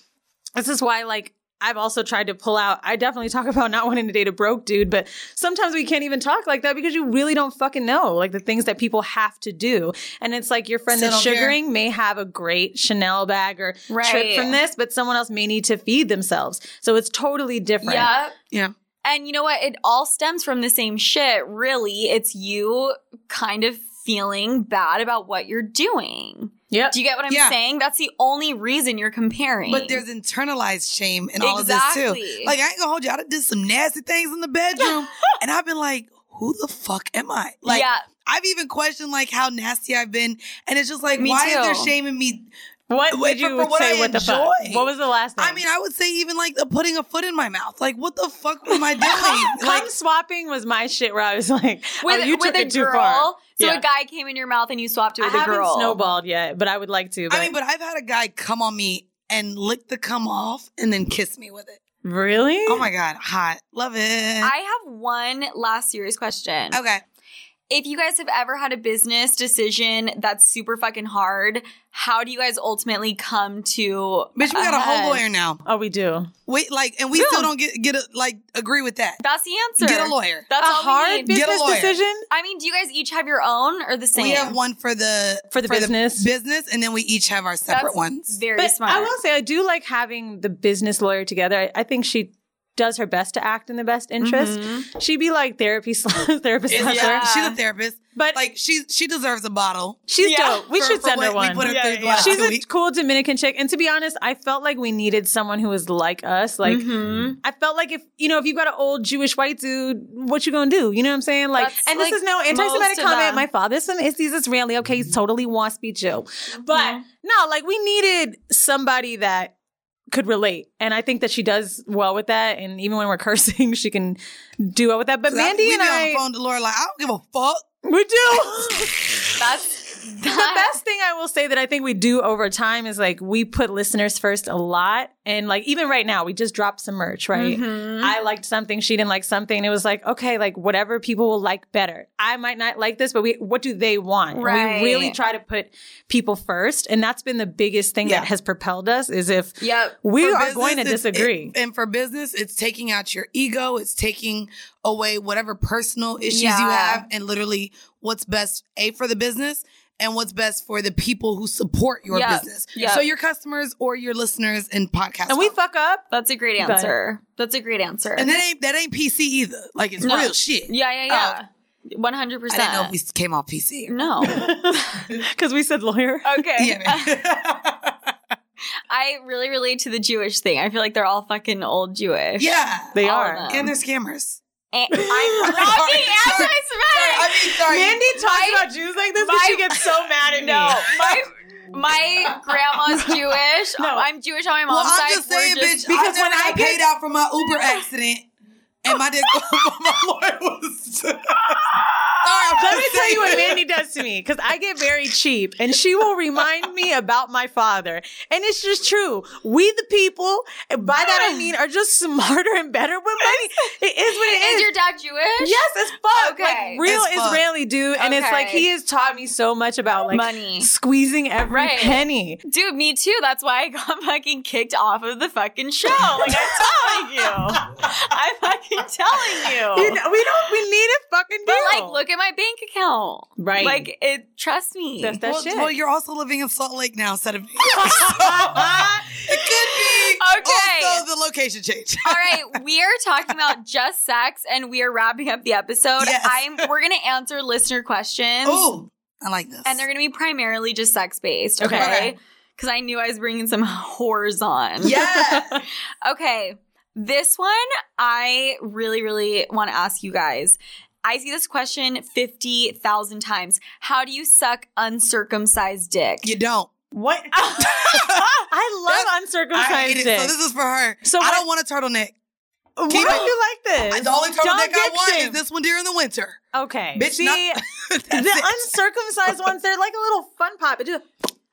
S3: This is why, like, I've also tried to pull out. I definitely talk about not wanting to date a broke dude, but sometimes we can't even talk like that because you really don't fucking know, like the things that people have to do. And it's like your friend
S2: Still
S3: that's
S2: don't care.
S3: sugaring may have a great Chanel bag or trip
S4: Right.
S3: from this, but someone else may need to feed themselves. So it's totally different.
S4: Yep.
S2: Yeah.
S4: And you know what? It all stems from the same shit, really. It's you kind of feeling bad about what you're doing.
S3: Yep.
S4: Do you get what I'm
S2: Yeah.
S4: saying? That's the only reason you're comparing.
S2: But there's internalized shame in all of this too.
S4: Exactly.
S2: Like I ain't gonna hold you. I done did some nasty things in the bedroom, and I've been like, "Who the fuck am I?" Like
S4: yeah,
S2: I've even questioned like how nasty I've been, and it's just like,
S4: Me
S2: why
S4: too.
S2: is there shame in me?
S3: What
S2: Wait,
S3: would you
S2: for- for what
S3: say?
S2: I
S3: What the fuck?
S2: enjoy.
S3: What was the last thing?
S2: I mean, I would say even like the putting a foot in my mouth. Like, what the fuck am I
S3: cum,
S2: doing?
S3: cum
S2: like,
S3: swapping was my shit where I was like,
S4: with,
S3: oh, you
S4: with
S3: took
S4: a
S3: it too
S4: girl.
S3: far.
S4: So
S3: Yeah.
S4: a guy came in your mouth and you swapped it
S3: I
S4: with a
S3: haven't
S4: girl.
S3: snowballed yet, but I would like to. But
S2: I mean, but I've had a guy come on me and lick the cum off and then kiss me with it.
S3: really?
S2: Oh my god, hot, love it.
S4: I have one last serious question.
S2: okay,
S4: If you guys have ever had a business decision that's super fucking hard, how do you guys ultimately come to?
S2: bitch, we got a
S4: head?
S2: whole lawyer now.
S3: Oh, we do.
S2: Wait, like, and we still don't get get a, like agree with that.
S4: That's the answer.
S2: Get a lawyer.
S4: That's
S3: a
S4: all we
S3: hard
S4: need.
S2: Get a
S3: business
S2: lawyer.
S3: decision.
S4: I mean, do you guys each have your own or the same?
S2: We have one for the
S3: For the business.
S2: business, and then we each have our separate
S4: That's
S2: ones.
S4: Very
S3: But
S4: smart.
S3: I will say, I do like having the business lawyer together. I, I think she does her best to act in the best interest. She'd be like therapy slash therapist.
S2: It's-
S3: slash
S4: Yeah.
S3: therapist.
S2: She's a therapist.
S3: But
S2: Like she she deserves a bottle.
S3: She's
S4: Yeah.
S3: dope. We
S2: For-
S3: should
S2: for
S3: send her
S2: what we
S3: one.
S2: put her through the last
S3: She's
S2: two
S3: a
S2: weeks.
S3: cool Dominican chick. And to be honest, I felt like we needed someone who was like us. Like
S4: Mm-hmm.
S3: I felt like if you know, if you've got an old Jewish white dude, what you gonna do? You know what I'm saying? Like
S4: That's
S3: and
S4: like
S3: this is no anti-Semitic
S4: most of
S3: comment.
S4: them. Mm-hmm.
S3: My father's from is he's Israeli. Okay, he's totally wants to be Jew. But no, like we needed somebody that could relate. And I think that she does well with that. And even when we're cursing, she can do well with that. But Mandy
S2: we
S3: and
S2: be
S3: I
S2: on the phone to Laura like I don't give a fuck.
S3: we do
S4: That's that,
S3: the best thing I will say that I think we do over time is like we put listeners first a lot. And like even right now, we just dropped some merch, right? I liked something, she didn't like something. It was like, okay, like whatever people will like better. I might not like this, but we what do they want? And
S4: Right.
S3: We really try to put people first. And that's been the biggest thing
S2: Yeah.
S3: that has propelled us is if
S4: Yep.
S3: we
S2: For
S3: are
S2: business,
S3: going to
S2: it's-
S3: disagree.
S2: it- and for business, it's taking out your ego. It's taking away whatever personal issues you
S4: Yeah.
S2: have, and literally what's best a for the business and what's best for the people who support your
S4: Yeah.
S2: business.
S4: Yeah.
S2: So your customers or your listeners and podcasts.
S3: and we fuck up.
S4: That's a great
S3: But-
S4: answer. That's a great answer.
S2: and that ain't that ain't PC either. Like it's
S4: No.
S2: real shit.
S4: yeah, yeah, yeah. One hundred
S2: Oh. I didn't know if
S4: percent.
S2: we came off PC.
S4: No.
S3: Because we said lawyer.
S4: Okay.
S2: Yeah, man.
S4: I really relate to the Jewish thing. I feel like they're all fucking old Jewish.
S2: yeah.
S3: They
S4: All of
S3: are.
S4: them.
S1: um,
S2: and they're scammers.
S4: And I'm not
S2: Sorry,
S4: being
S2: sorry, I
S4: anti-Semitic.
S2: mean, sorry.
S3: Mandy talks
S4: My-
S3: about Jews like this, but
S4: my-
S3: she gets so mad at me.
S4: No, my my grandma's Jewish. I'm Jewish on my
S2: well,
S4: mom's
S2: I'm
S4: side.
S2: just
S4: We're
S2: saying,
S4: just-
S2: bitch. Because I never when I paid out for my Uber accident, and my dick, my lord was. Sorry, I'm
S3: Let
S2: just
S3: me tell you what
S2: saying.
S3: Mandy does to me because I get very cheap and she will remind me about my father. And it's just true. We, the people, and by that I mean, are just smarter and better with money. It is what it is.
S4: Is your dad Jewish?
S3: Yes, it's fuck.
S4: Okay.
S3: Like real
S2: It's fuck.
S3: Israeli dude. And it's like
S4: Okay.
S3: he has taught me so much about like
S4: Money.
S3: squeezing every
S4: Right.
S3: penny.
S4: Dude, me too. That's why I got fucking kicked off of the fucking show. Like I'm telling you. I'm fucking telling you.
S3: You know, we don't we need a fucking
S4: but
S3: deal.
S4: like look at my bank account.
S3: Right.
S4: Like it trust me.
S3: That's that
S2: well,
S3: shit.
S2: well, you're also living in Salt Lake now instead of New York. So it could be
S4: Okay.
S2: also the location change.
S4: All right, we are talking about just sex and we are wrapping up the episode.
S2: Yes.
S4: I'm we're gonna answer listener questions.
S2: Ooh, I like this.
S4: And they're gonna be primarily just sex based,
S3: Okay.
S4: okay? Because I knew I was bringing some whores on.
S2: yeah.
S4: Okay. This one, I really, really want to ask you guys. I see this question 50,000 times. How do you suck uncircumcised dick?
S2: you don't.
S3: what I love
S2: That's-
S3: uncircumcised
S2: I hate it.
S3: dick.
S2: So this is for her.
S3: So
S2: I
S3: what-
S2: don't want a turtleneck.
S3: Why
S2: Keep
S3: are
S2: it.
S3: you like this?
S2: The only turtleneck I want
S3: Diction.
S2: is this one during the winter.
S3: Okay.
S2: Bitch,
S3: See,
S2: not- That's
S3: the
S2: it.
S3: uncircumcised ones, they're like a little fun pop. It just,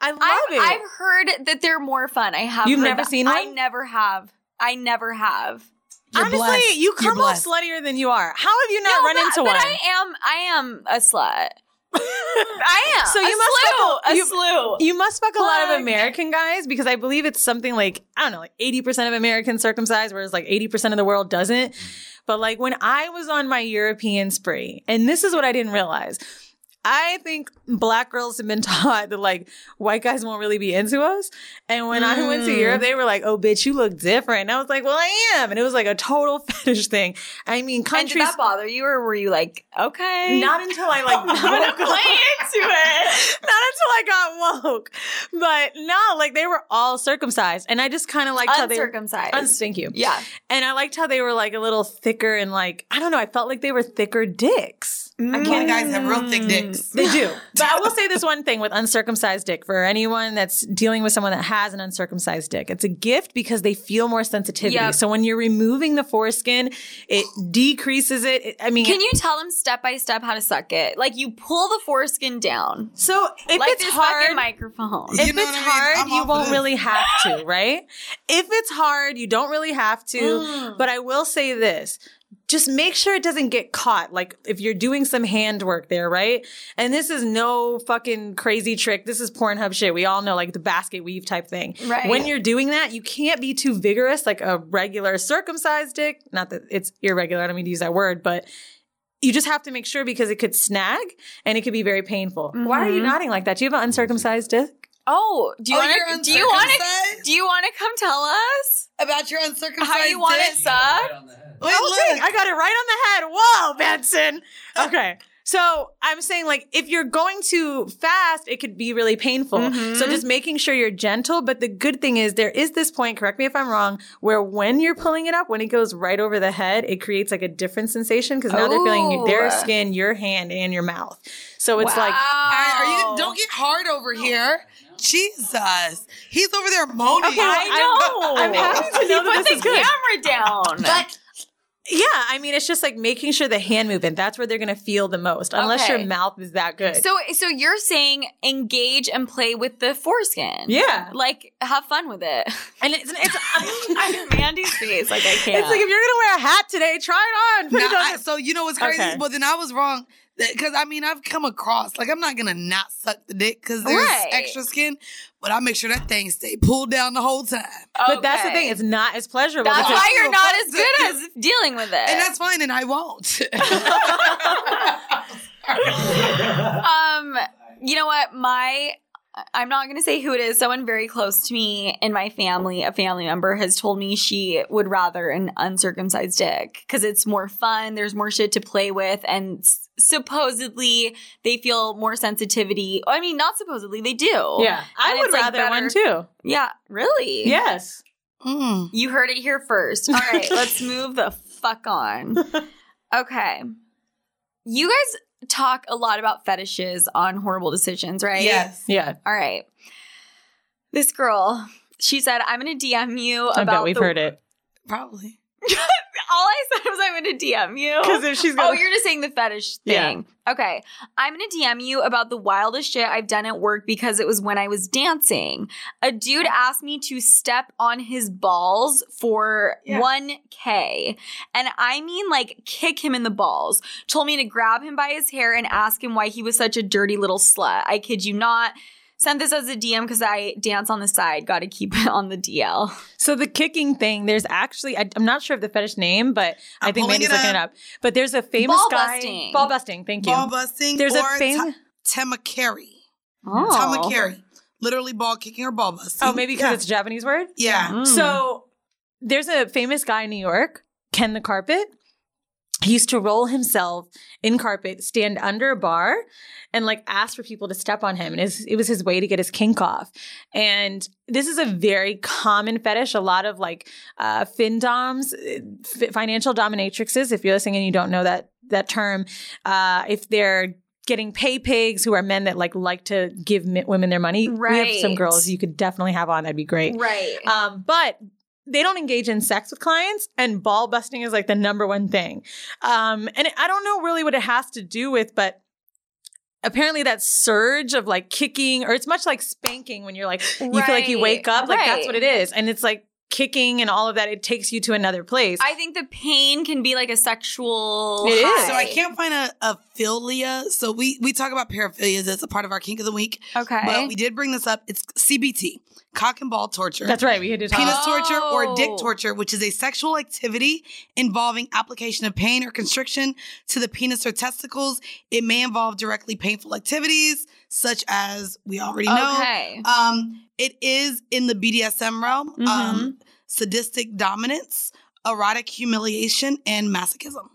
S3: I love
S4: I've,
S3: it.
S4: I've heard that they're more fun. I have.
S3: You've
S4: heard
S3: never
S4: that.
S3: seen
S4: I
S3: one?
S4: never have. I never have.
S2: You're
S3: Honestly,
S2: blessed.
S3: you
S2: You're
S3: come off
S2: blessed.
S3: sluttier than you are. How have you not
S4: No,
S3: run
S4: but,
S3: into
S4: but
S3: one?
S4: I am. I am a slut. I am.
S3: So you
S4: a
S3: must
S4: slew,
S3: fuck a-
S4: a
S3: you-
S4: slew.
S3: You must fuck a lot
S4: Fuck.
S3: of American guys because I believe it's something like, I don't know, like 80% of Americans circumcised, whereas like 80% of the world doesn't. But like when I was on my European spree, and this is what I didn't realize. I think black girls have been taught that like white guys won't really be into us. And when I went to Europe, they were like, oh, bitch, you look different. And I was like, well, I am. And it was like a total fetish thing. I mean,
S4: and did
S3: countries.
S4: that bother you, or were you like, okay,
S3: Not until I like
S4: I'm
S3: woke
S4: gonna
S3: up.
S4: play into it?
S3: Not until I got woke. But no, like they were all circumcised. And I just kind of liked how they
S4: Uncircumcised.
S3: Uns- thank you.
S4: yeah.
S3: And I liked how they were like a little thicker and like, I don't know, I felt like they were thicker dicks. I
S2: Black
S4: Mm.
S3: can't
S2: guys have real
S3: Mm.
S2: thick dicks.
S3: they do. But I will say this one thing with uncircumcised dick for anyone that's dealing with someone that has an uncircumcised dick. It's a gift because they feel more sensitivity.
S4: Yep.
S3: So when you're removing the foreskin, it decreases it. It- I mean,
S4: Can you tell them step by step how to suck it? Like you pull the foreskin down,
S3: so if
S4: like
S3: it's
S4: this
S3: hard,
S4: fucking microphone.
S2: You
S3: if
S2: know what
S3: it's
S2: I mean?
S3: hard,
S2: I'm all
S3: you
S2: for
S3: won't
S2: this.
S3: really have to, right? If it's hard, you don't really have to.
S2: Mm.
S3: But I will say this. Just make sure it doesn't get caught. Like if you're doing some hand work there, right? And this is no fucking crazy trick. This is Pornhub shit. We all know, like the basket weave type thing.
S4: Right.
S3: When you're doing that, you can't be too vigorous, like a regular circumcised dick. Not that it's irregular. I don't mean to use that word, but you just have to make sure because it could snag and it could be very painful. Why are
S2: Mm-hmm.
S3: you nodding like that? Do you have an uncircumcised dick?
S4: Oh, do you
S2: Oh, you're
S4: want to? Do you want to?
S2: uncircumcised?
S4: Do you want to come tell us
S2: About your uncircumcised
S4: how you want
S2: dick.
S4: it sucked?
S2: Wait,
S3: Okay,
S2: look.
S3: I got it right on the head. Whoa, Benson. Okay. So I'm saying like if you're going too fast, it could be really painful.
S4: Mm-hmm.
S3: So just making sure you're gentle. But the good thing is there is this point, correct me if I'm wrong, where when you're pulling it up, when it goes right over the head, it creates like a different sensation because now they're feeling
S4: Oh.
S3: their skin, your hand, and your mouth. So it's like
S2: All right, are you don't get hard over here? Jesus, he's over there moaning.
S3: Okay, well,
S4: I know.
S3: I'm happy to know
S4: You
S3: that
S4: put
S3: this
S4: the
S3: is good.
S4: camera down.
S3: Yeah, I mean, it's just like making sure the hand movement. That's where they're going to feel the most, unless
S4: Okay.
S3: your mouth is that good.
S4: so, so you're saying engage and play with the foreskin?
S3: Yeah.
S4: Like have fun with it.
S3: and it's, it's,
S4: I'm Mandy's face, like I can't.
S3: it's like if you're going to wear a hat today, try it on. Put
S2: Now,
S3: it on
S2: I- so you know what's crazy?
S3: Okay.
S2: But then I was wrong because I mean I've come across like I'm not gonna not suck the dick because there's
S4: Right.
S2: extra skin, but I make sure that thing stay pulled down the whole time,
S3: but that's the
S4: Okay.
S3: thing; it's not as pleasurable.
S4: That's
S3: because-
S4: why you're not as
S2: Fuck
S4: good
S2: the-
S4: as dealing with it.
S2: and that's fine, and I won't.
S4: Um, you know what? My I'm not going to say who it is. Someone very close to me in my family, a family member, has told me she would rather an uncircumcised dick because it's more fun. There's more shit to play with, and s- supposedly they feel more sensitivity. I mean, not supposedly, they do.
S3: yeah, I
S4: And
S3: would
S4: it's, like,
S3: rather
S4: better-
S3: one too.
S4: Yeah, really.
S3: Yes,
S2: Mm.
S4: You heard it here first. All right, let's move the fuck on. Okay. You guys talk a lot about fetishes on horrible decisions, right?
S2: Yes.
S3: yeah.
S4: All right. This girl, she said, I'm going to DM you
S3: I bet
S4: about
S3: we've
S4: the-
S3: heard it.
S2: Probably.
S4: All I said was I'm going to DM you.
S3: Because if she's
S4: Oh,
S3: going
S4: you're just saying the fetish
S3: Yeah.
S4: thing. Okay. I'm going to DM you about the wildest shit I've done at work because it was when I was dancing. A dude asked me to step on his balls for
S3: Yeah.
S4: 1K. And I mean, like, kick him in the balls. Told me to grab him by his hair and ask him why he was such a dirty little slut. I kid you not. Sent this as a DM because I dance on the side. Got to keep it on the DL.
S3: So the kicking thing, there's actually I, I'm not sure of the fetish name, but i
S2: I'm
S3: think
S2: pulling
S3: Mandy's
S2: it
S3: looking it up. But there's a famous
S4: Ball
S3: guy
S4: busting.
S3: ball busting. Thank you.
S2: Ball busting
S3: there's a
S2: or
S3: famous.
S2: Tema Carey.
S4: Oh.
S2: Tama Carey. Literally ball kicking or ball busting.
S3: Oh, maybe because
S2: yeah.
S3: it's a Japanese word.
S2: Yeah.
S4: Mm.
S3: So there's a famous guy in New York, Ken the Carpet. He used to roll himself in carpet, stand under a bar, and like ask for people to step on him. And it's- it was his way to get his kink off. And this is a very common fetish. A lot of like uh, fin doms, eh, fi- financial dominatrixes. If you're listening and you don't know that that term, uh, if they're getting pay pigs, who are men that like like to give mi- women their money, we have some
S4: Right.
S3: girls you could definitely have on. That'd be great.
S4: Right.
S3: Um, but they don't engage in sex with clients, and ball busting is like the number one thing. Um, and I don't know really what it has to do with, but apparently that surge of like kicking, or it's much like spanking when you're like, you feel like you
S4: Right.
S3: wake up, like that's
S4: Right.
S3: what it is. And it's like kicking and all of that, it takes you to another place.
S4: I think the pain can be like a sexual.
S3: It is.
S4: high.
S2: So I can't find a, a philia. So we we talk about paraphilias as a part of our kink of the week,
S4: Okay.
S2: but we did bring this up. It's CBT, cock and ball torture.
S3: that's right. We had to talk
S2: Penis
S4: Oh.
S2: torture or dick torture, which is a sexual activity involving application of pain or constriction to the penis or testicles. It may involve directly painful activities, such as we already know.
S4: Okay.
S2: Um, it is in the BDSM realm, um, sadistic dominance, erotic humiliation, and masochism.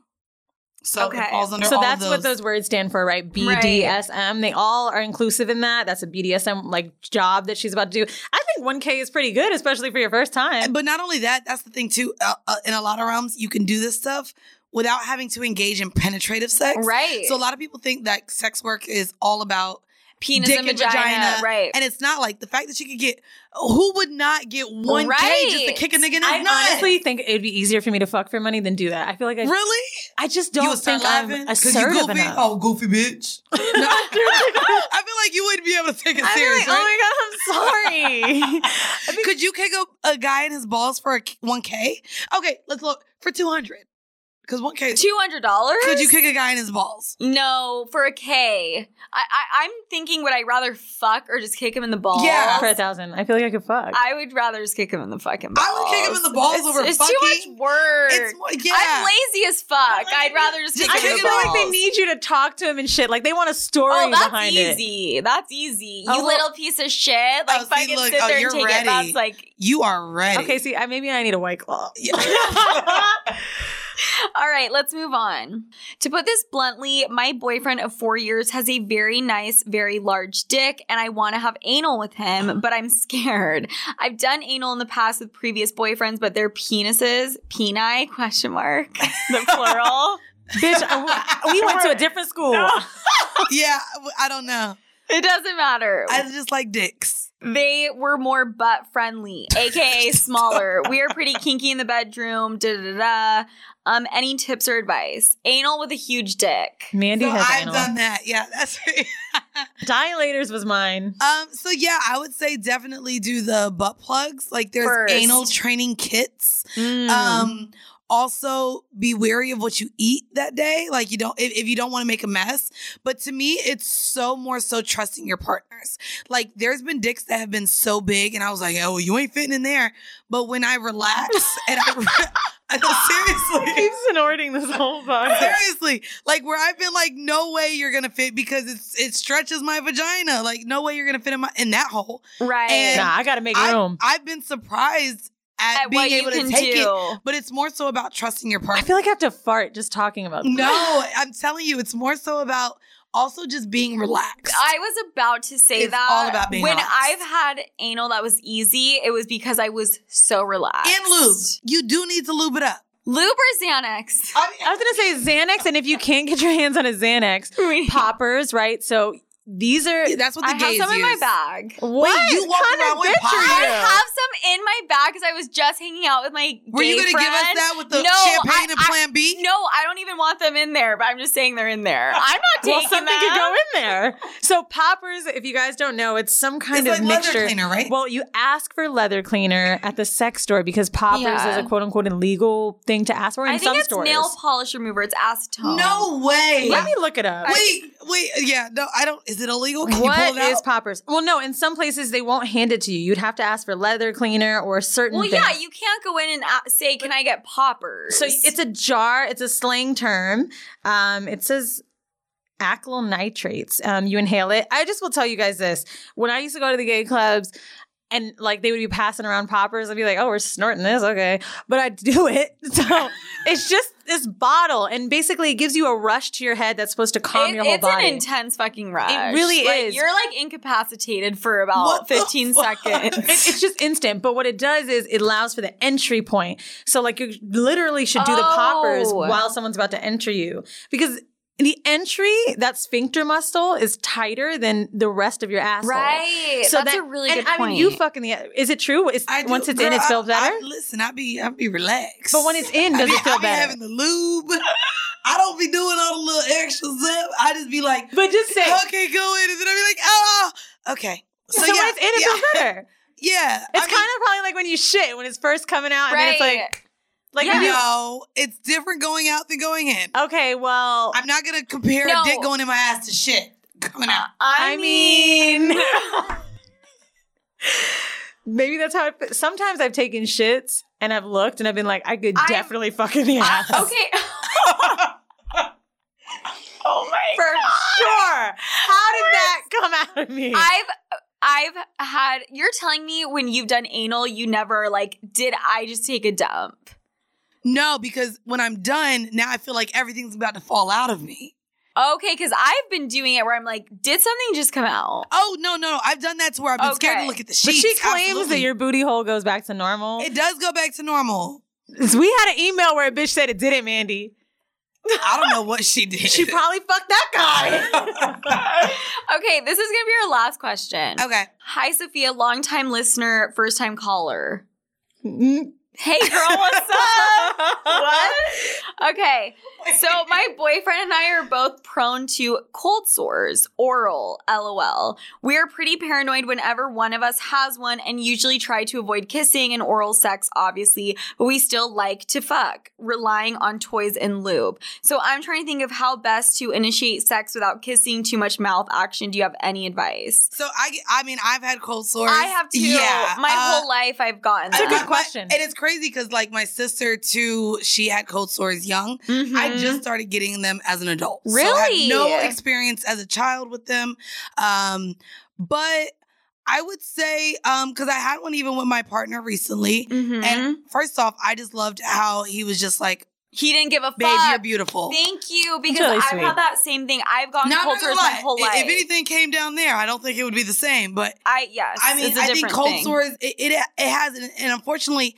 S2: So
S4: Okay.
S2: it falls under
S3: so
S2: all
S3: that's
S2: of
S3: what those words stand for, right?
S4: Right.
S3: BDSM. They all are inclusive in that. That's a BDSM like job that she's about to do. I think 1K is pretty good, especially for your first time.
S2: But not only that, that's the thing too. Uh, uh, in a lot of realms, you can do this stuff without having to engage in penetrative sex.
S4: Right.
S2: So a lot of people think that sex work is all about
S4: penis
S2: dick
S4: and vagina, Right.
S2: And it's not like the fact that you could get who would not get one K just to
S4: Right.
S2: kick a nigga in the
S3: I
S2: nuts?
S3: honestly think it'd be easier for me to fuck for money than do that. I feel like I,
S2: really
S3: I just
S2: you
S3: don't
S2: would start
S3: think
S2: laughing
S3: I'm
S2: 'cause
S3: assertive
S2: you goofy.
S3: enough.
S2: Oh, goofy bitch! No. I feel like you wouldn't be able to take it
S3: I'm
S2: serious,
S3: like,
S2: right?
S3: oh my god, I'm sorry.
S2: could you kick a, a guy in his balls for a one K? Okay, let's look for two hundred because one K.
S4: Two hundred dollars?
S2: Could you kick a guy in his balls?
S4: No, for a K. I, I I'm thinking would I rather fuck or just kick him in the balls?
S2: Yeah.
S3: for a thousand, I feel like I could fuck.
S4: I would rather just kick him in the fucking balls.
S2: I would kick him in the balls
S4: it's,
S2: over
S4: it's too
S2: fucking-
S4: much work.
S2: It's more- yeah.
S4: I'm lazy as fuck. I'd rather just kick
S3: I
S2: kick
S4: him
S3: just
S4: in the
S2: him
S3: feel
S4: balls.
S3: like they need you to talk to him and shit. Like they want a story
S4: Oh, that's
S3: behind it.
S4: easy. That's easy. You
S3: Oh, well-
S4: little piece of shit. Like,
S2: Oh, see,
S4: fucking
S2: look.
S4: sit
S2: Oh,
S4: there
S2: you're
S4: and take it.
S2: ready.
S4: That's like,
S2: You are ready.
S3: Okay, see, I, maybe I need a white claw.
S4: All right, let's move on. To put this bluntly, my boyfriend of four years has a very nice, very large dick, and I want to have anal with him, but I'm scared. I've done anal in the past with previous boyfriends, but their penises, peni, question mark, the plural.
S3: Bitch, I- we went to a different school.
S2: yeah, I don't know.
S4: it doesn't matter.
S2: I just like dicks.
S4: they were more butt friendly, aka smaller. we are pretty kinky in the bedroom. Da da da. Um, any tips or advice? Anal with a huge dick.
S3: Mandy
S2: So
S3: has
S2: I've
S3: anal.
S2: done that. Yeah, that's
S3: Dilators was mine.
S2: um. So yeah, I would say definitely do the butt plugs. Like there's
S4: First.
S2: anal training kits.
S3: Mm.
S2: Um. Also, be wary of what you eat that day. Like you don't if, if you don't want to make a mess. But to me, it's so more so trusting your partners. Like there's been dicks that have been so big, and I was like, oh, you ain't fitting in there. But when I relax and I, re- I know, seriously.
S3: keep snorting this whole podcast.
S2: Seriously, like where I've been like, no way you're gonna fit because it's it stretches my vagina. Like no way you're gonna fit in my in that hole.
S4: Right.
S2: And
S3: Nah, I gotta make
S2: I've,
S3: room.
S2: I've been surprised at,
S4: um, At
S2: being
S4: what you
S2: able to
S4: can
S2: take it,
S4: do.
S2: but it's more so about trusting your
S3: I
S2: partner.
S3: feel like I have to fart just talking about this.
S2: No, I'm telling you, it's more so about also just being relaxed.
S4: I was about to say
S2: It's
S4: that
S2: all about being
S4: when
S2: relaxed.
S4: I've had anal that was easy, it was because I was so relaxed.
S2: and lube, you do need to lube it up.
S4: lube or Xanax.
S2: I mean,
S3: I was gonna say Xanax, and if you can't get your hands on a Xanax,
S4: We-
S3: poppers, right? So These are
S2: That's what the
S4: I have some
S2: gays
S4: in my
S2: use.
S4: bag.
S3: what
S2: Wait, you walk
S3: kind of
S2: around with
S3: bitch are
S4: I
S2: pie?
S3: you?
S4: have some in my bag because I was just hanging out with my.
S2: Were you
S4: going to
S2: give us that with the
S4: No,
S2: champagne
S4: I-
S2: and
S4: I-
S2: Plan B?
S4: No, I don't even want them in there. But I'm just saying they're in there. I'm not taking
S3: Well, something
S4: them.
S3: could go in there. So poppers, if you guys don't know, it's some kind
S2: It's
S3: of
S2: like leather
S3: mixture.
S2: cleaner, right?
S3: Well, you ask for leather cleaner at the sex store because poppers
S4: Yeah.
S3: is a quote unquote illegal thing to ask for in
S4: I
S3: some
S4: think it's
S3: stores.
S4: nail polish remover. It's acetone.
S2: No way.
S3: Let me look it up.
S2: Wait, wait, yeah, no, I don't. Is it illegal? Can you
S3: What
S2: pull it out?
S4: Oh.
S3: is poppers? Well, no, in some places they won't hand it to you. You'd have to ask for leather cleaner or certain.
S4: Well, yeah,
S3: things.
S4: you can't go in and a- say, "Can I get poppers?"
S3: So it's a jar. It's a slang term. Um, it says acyl nitrates. Um, you inhale it. I just will tell you guys this. When I used to go to the gay clubs, and like they would be passing around poppers, I'd be like, "Oh, we're snorting this, okay?" But I'd do it. So it's just this bottle, and basically it gives you a rush to your head that's supposed to calm
S4: It-
S3: your whole
S4: it's
S3: body.
S4: an intense fucking rush.
S3: really
S4: Like,
S3: is.
S4: You're like incapacitated for about
S2: What the
S4: 15
S2: fuck?
S4: seconds.
S3: It- it's just instant. But what it does is it allows for the entry point. So like you literally should do the poppers
S4: Oh.
S3: while someone's about to enter you because the entry that sphincter muscle is tighter than the rest of your asshole.
S4: Right. That's a really
S3: and
S4: good
S3: I mean, you
S4: point.
S3: fucking the. Is it true? Is,
S2: I do-
S3: once it's
S2: girl,
S3: in, it feels
S2: I-
S3: better.
S2: I- listen, I be, I be relaxed.
S3: but when it's in,
S2: I
S3: does
S2: be,
S3: it feel
S2: I be
S3: better?
S2: having the lube. I don't be doing all the little extra zip. I just be like,
S3: but just say.
S2: okay, go in, and then I be like, oh, okay.
S3: So, when it's in, it feels better.
S2: yeah.
S3: It's
S2: I mean,
S3: kind of probably like when you shit when it's first coming out, and then it's
S4: Right.
S3: like, like
S4: Yeah.
S3: when you-
S2: no. It's different going out than going in.
S3: okay, well,
S2: I'm not gonna compare
S4: No.
S2: a dick going in my ass to shit coming out.
S4: I,
S3: I
S4: mean,
S3: mean, maybe that's how. I, fe- sometimes I've taken shits and I've looked and I've been like, I could
S4: I-
S3: definitely fuck in the ass
S4: uh, okay.
S2: oh my
S3: for sure. How did that come out of me?
S4: I've I've had you're telling me when you've done anal you never like did I just take a dump?
S2: No, because when I'm done, now I feel like everything's about to fall out of me.
S4: Okay, cuz I've been doing it where I'm like did something just come out?
S2: Oh no, no, no! I've done that to where I've been scared to
S4: Okay.
S2: look at the
S3: but
S2: sheets.
S3: she claims that
S2: Absolutely.
S3: your booty hole goes back to normal.
S2: It does go back to normal.
S3: we had an email where a bitch said it didn't, Mandy.
S2: I don't know what she did.
S3: She probably fucked that guy.
S4: Okay, this is going to be our last question.
S2: okay.
S4: Hi Sophia, longtime listener, first time caller.
S2: Mm-hmm.
S4: Hey girl, what's up? what? Okay. So my boyfriend and I are both prone to cold sores, oral, lol. We are pretty paranoid whenever one of us has one and usually try to avoid kissing and oral sex, obviously, but we still like to fuck, relying on toys and lube. So I'm trying to think of how best to initiate sex without kissing too much mouth action. Do you have any advice?
S2: So I, I mean, I've had cold sores.
S4: I have too.
S2: Yeah,
S4: my
S2: uh,
S4: whole life I've gotten
S3: That's a
S2: my-
S3: good
S4: that.
S2: my-
S3: question.
S2: and it's crazy because, like, my sister too, she had cold sores young. I
S4: Mhm.
S2: just started getting them as an adult. So
S4: Really?
S2: I had no experience as a child with them. Um, but I would say, um, because I had one even with my partner recently.
S4: Mhm.
S2: And first off, I just loved how he was just like,
S4: he didn't give a
S2: "Babe,
S4: fuck.
S2: you're beautiful."
S4: Thank you, because
S3: really
S4: I've
S3: sweet.
S4: had that same thing. I've gotten
S2: Now, I'm
S4: cold
S2: not gonna
S4: sores my
S2: lie,
S4: whole
S2: i-
S4: life.
S2: If anything came down there, I don't think it would be the same. But
S4: I yes,
S2: I mean,
S4: it's a
S2: I think
S4: different
S2: cold
S4: thing.
S2: sores it, it it has, an, and unfortunately,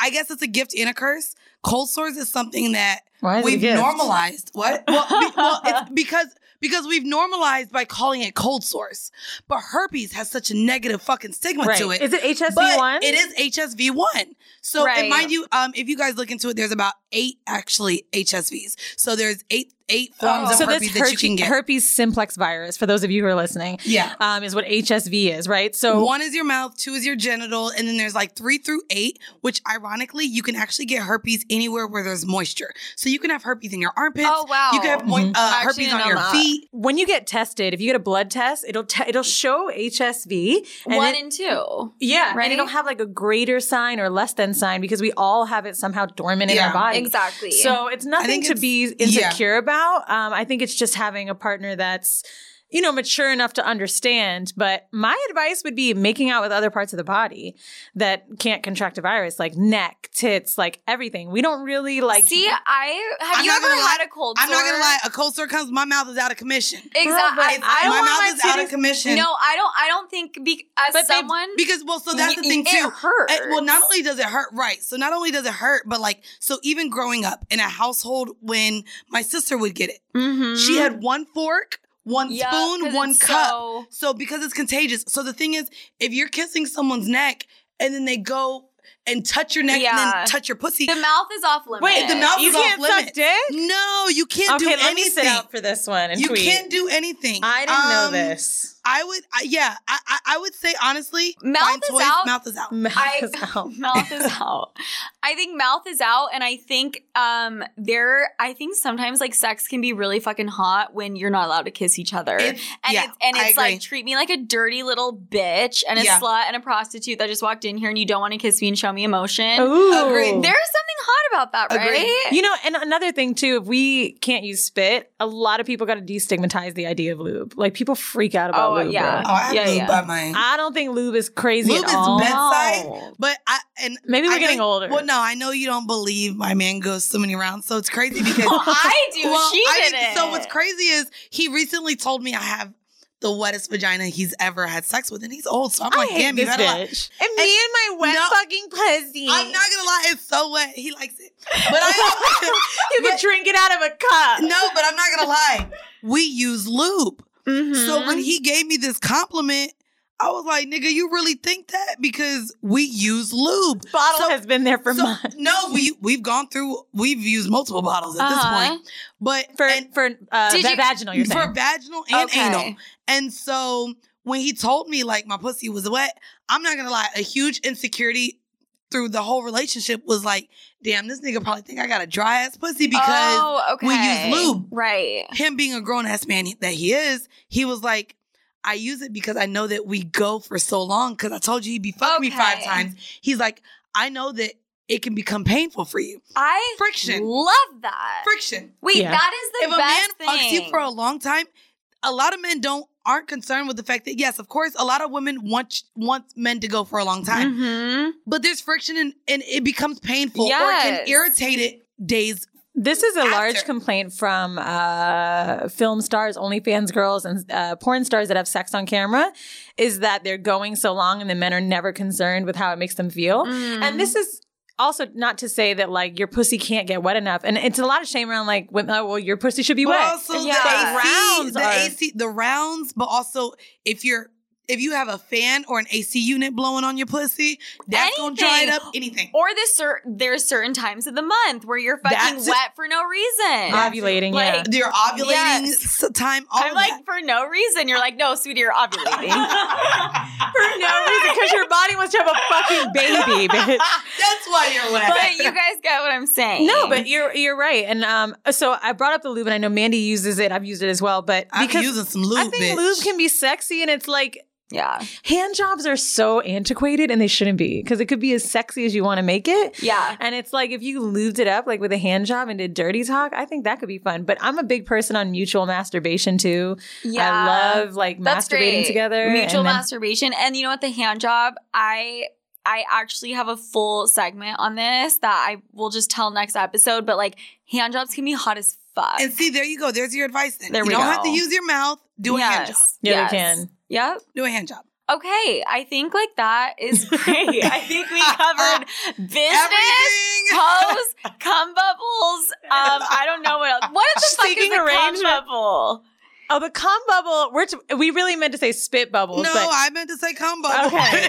S2: I guess it's a gift and a curse. Cold sores is something that
S3: Why
S2: we've normalized. What? Well, be, well it's because because we've normalized by calling it cold sores, but herpes has such a negative fucking stigma
S3: Right.
S2: to it.
S3: Is it HSV
S2: But
S3: one?
S2: It is HSV one. So
S4: Right.
S2: and mind you, um, if you guys look into it, there's about eight actually HSVs. So there's eight eight
S4: Oh.
S2: forms of
S3: so
S2: herpes
S3: this
S2: that you can
S3: herpes,
S2: get.
S3: herpes simplex virus, for those of you who are listening,
S2: yeah.
S3: um, is what HSV is, right? So
S2: One is your mouth, two is your genital, and then there's like three through eight, which ironically, you can actually get herpes anywhere where there's moisture. So you can have herpes in your armpits.
S4: Oh, wow.
S2: You can have moi- uh,
S4: I actually
S2: herpes on
S4: didn't
S2: your
S4: know that.
S2: feet.
S3: when you get tested, if you get a blood test, it'll te- it'll show HSV. And
S4: One
S3: it-
S4: and two.
S3: yeah,
S4: right?
S3: and it'll have like a greater sign or less than sign because we all have it somehow dormant in
S2: Yeah.
S3: our body.
S4: Exactly.
S3: So it's nothing
S2: think
S3: to
S2: it's-
S3: be
S2: yeah.
S3: insecure about. Um, I think it's just having a partner that's you know mature enough to understand. But my advice would be making out with other parts of the body that can't contract a virus, like neck, tits, like everything. We don't really like
S4: see, I have
S2: I'm
S4: you
S2: not
S4: ever
S2: gonna lie.
S4: had a cold sore?
S2: I'm not gonna lie, a cold sore comes, my mouth is out of commission.
S4: Exactly.
S3: Girl,
S4: I,
S3: but
S4: I
S2: my
S4: don't
S2: mouth
S4: want
S2: is
S4: my
S2: out of
S4: titties-
S2: commission.
S4: No, I don't. I don't think be, as
S3: But they-
S4: someone.
S2: Because well, so that's
S4: Y-
S2: the thing
S4: it
S2: too.
S4: hurts.
S2: Uh, well, not only does it hurt, right? So not only does it hurt, but like so even growing up in a household when my sister would get it,
S4: Mhm.
S2: she had one fork, one
S4: Yeah,
S2: spoon,
S4: 'cause
S2: one
S4: it's
S2: cup.
S4: so-
S2: So because it's contagious. So the thing is, if you're kissing someone's neck and then they go and touch your neck and
S4: Yeah.
S2: then touch your pussy,
S4: The mouth is off limits.
S2: Wait, the mouth
S3: you
S2: is off
S3: can't suck
S2: limits.
S3: dick?
S2: no, you can't
S3: Okay,
S2: do
S3: let me
S2: anything.
S3: sit out for this one and
S2: you
S3: tweet.
S2: can't do anything.
S3: I didn't
S2: Um,
S3: know this.
S2: I would, I, yeah, I, I, I would say honestly,
S4: Mouth
S2: find
S4: is
S2: toys,
S4: out.
S2: Mouth is out.
S3: Mouth
S4: I-
S3: is out.
S4: mouth is out. I think mouth is out, and I think um there. I think sometimes like sex can be really fucking hot when you're not allowed to kiss each other,
S2: It's-
S4: and
S2: yeah,
S4: it's and
S2: I
S4: it's like
S2: agree.
S4: treat me like a dirty little bitch and a
S2: Yeah.
S4: slut and a prostitute that just walked in here, and you don't want to kiss me and show me emotion.
S3: Ooh.
S2: Agreed.
S4: There's something hot about that,
S2: Agreed.
S4: right?
S3: You know, and another thing too, if we can't use spit, a lot of people got to destigmatize the idea of lube. Like people freak out about
S4: Oh,
S3: lube.
S4: yeah.
S3: bro.
S2: Oh, I have
S4: Yeah,
S2: lube
S4: yeah.
S2: by my.
S3: I don't think lube is crazy
S2: Lube
S3: at
S2: is
S3: all.
S2: bedside, but I and
S3: Maybe we're
S2: I know-
S3: getting older.
S2: Well, no, I know you don't believe my man goes so many rounds, so it's crazy because
S4: Well, I do.
S2: Well,
S4: she
S2: I
S4: did
S2: mean,
S4: it.
S2: So what's crazy is he recently told me I have the wettest vagina he's ever had sex with, and he's old. So I'm
S3: I
S2: like,
S3: hate
S2: damn,
S3: this
S2: you had a lot.
S3: bitch. And, me and my wet
S2: No.
S3: fucking pussy.
S2: I'm not gonna lie, it's so wet. He likes it, but I
S3: you can drink it out of a cup.
S2: no, but I'm not gonna lie. We use lube.
S4: Mm-hmm.
S2: So
S3: Mm-hmm.
S2: when he gave me this compliment, I was like, nigga, you really think that? Because we use lube.
S3: Bottle
S2: So-
S3: has been there for
S2: so,
S3: months.
S2: no, we we've gone through. We've used multiple bottles at
S4: Uh-huh.
S2: this point, but
S3: For
S2: and-
S3: for uh,
S4: Did
S3: va-
S4: you-
S3: vaginal, you're
S2: for
S3: saying.
S2: vaginal and
S4: Okay.
S2: anal. And so when he told me like my pussy was wet, I'm not gonna lie, a huge insecurity through the whole relationship was like, damn, this nigga probably think I got a dry ass pussy because
S4: oh, okay.
S2: we use lube.
S4: right?
S2: him being a grown ass man that he is, he was like, I use it because I know that we go for so long because I told you he'd be fucking me five
S4: Okay.
S2: times. He's like, I know that it can become painful for you.
S4: I
S2: Friction.
S4: love that.
S2: Friction.
S4: Wait,
S3: Yeah.
S4: that is the
S2: if a man
S4: best
S2: fucks
S4: thing.
S2: you for a long time, a lot of men don't aren't concerned with the fact that yes, of course, a lot of women want want men to go for a long time,
S4: Mhm.
S2: but there's friction and, and it becomes painful or it
S4: Yes.
S2: can irritate it days.
S3: This is a large
S2: After.
S3: complaint from uh, film stars, OnlyFans girls, and uh, porn stars that have sex on camera is that they're going so long and the men are never concerned with how it makes them feel. And this is also not to say that like your pussy can't get wet enough. And it's a lot of shame around like, women, oh, well, your pussy should be
S2: But
S3: wet.
S2: also
S4: Yeah.
S2: the AC,
S3: Rounds
S2: the
S3: are-
S2: AC, the rounds, but also if you're if you have a fan or an AC unit blowing on your pussy, that's gonna dry it
S4: Anything.
S2: up. Anything.
S4: Or the cer- there's certain times of the month where you're fucking
S2: That's it.
S4: wet for no reason.
S3: Ovulating, yeah.
S4: Like,
S2: Your ovulating
S4: Yes.
S2: s- time, all
S4: I'm
S2: of
S4: like
S2: that.
S4: for no reason. You're like, no, sweetie, you're ovulating.
S3: For no reason, because your body wants to have a fucking baby, bitch.
S2: That's why you're wet.
S4: but you guys get what I'm saying.
S3: No, but you're you're right. And um, so I brought up the lube, and I know Mandy uses it. I've used it as well, but
S2: I'm
S3: because
S2: using some lube,
S3: I think
S2: bitch.
S3: lube can be sexy, and it's like
S4: yeah,
S3: hand jobs are so antiquated, and they shouldn't be because it could be as sexy as you want to make it.
S4: yeah.
S3: And it's like if you lubed it up like with a hand job and did dirty talk, I think that could be fun. But I'm a big person on mutual masturbation too.
S4: Yeah.
S3: I love like
S4: That's
S3: masturbating
S4: great.
S3: together.
S4: Mutual
S3: and then-
S4: masturbation. And you know what? The hand job, I I actually have a full segment on this that I will just tell next episode. But like hand jobs can be hot as fuck.
S2: And see, there you go. There's your advice. Then
S4: There
S2: you
S4: we
S2: don't
S4: go.
S2: have to use your mouth. Do a hand job.
S4: Yes.
S3: Yeah, we
S4: Yes.
S3: can.
S4: Yep.
S2: Do a hand job.
S4: Okay. I think like that is great. I think we covered business,
S2: Everything.
S4: toes, cum bubbles. Um, I don't know what else. What the fuck is
S3: Speaking
S4: a cum
S3: arrangement.
S4: bubble?
S3: Oh, the cum bubble. We're t- we really meant to say spit bubbles.
S2: No,
S3: but-
S2: I meant to say combo.
S3: Okay.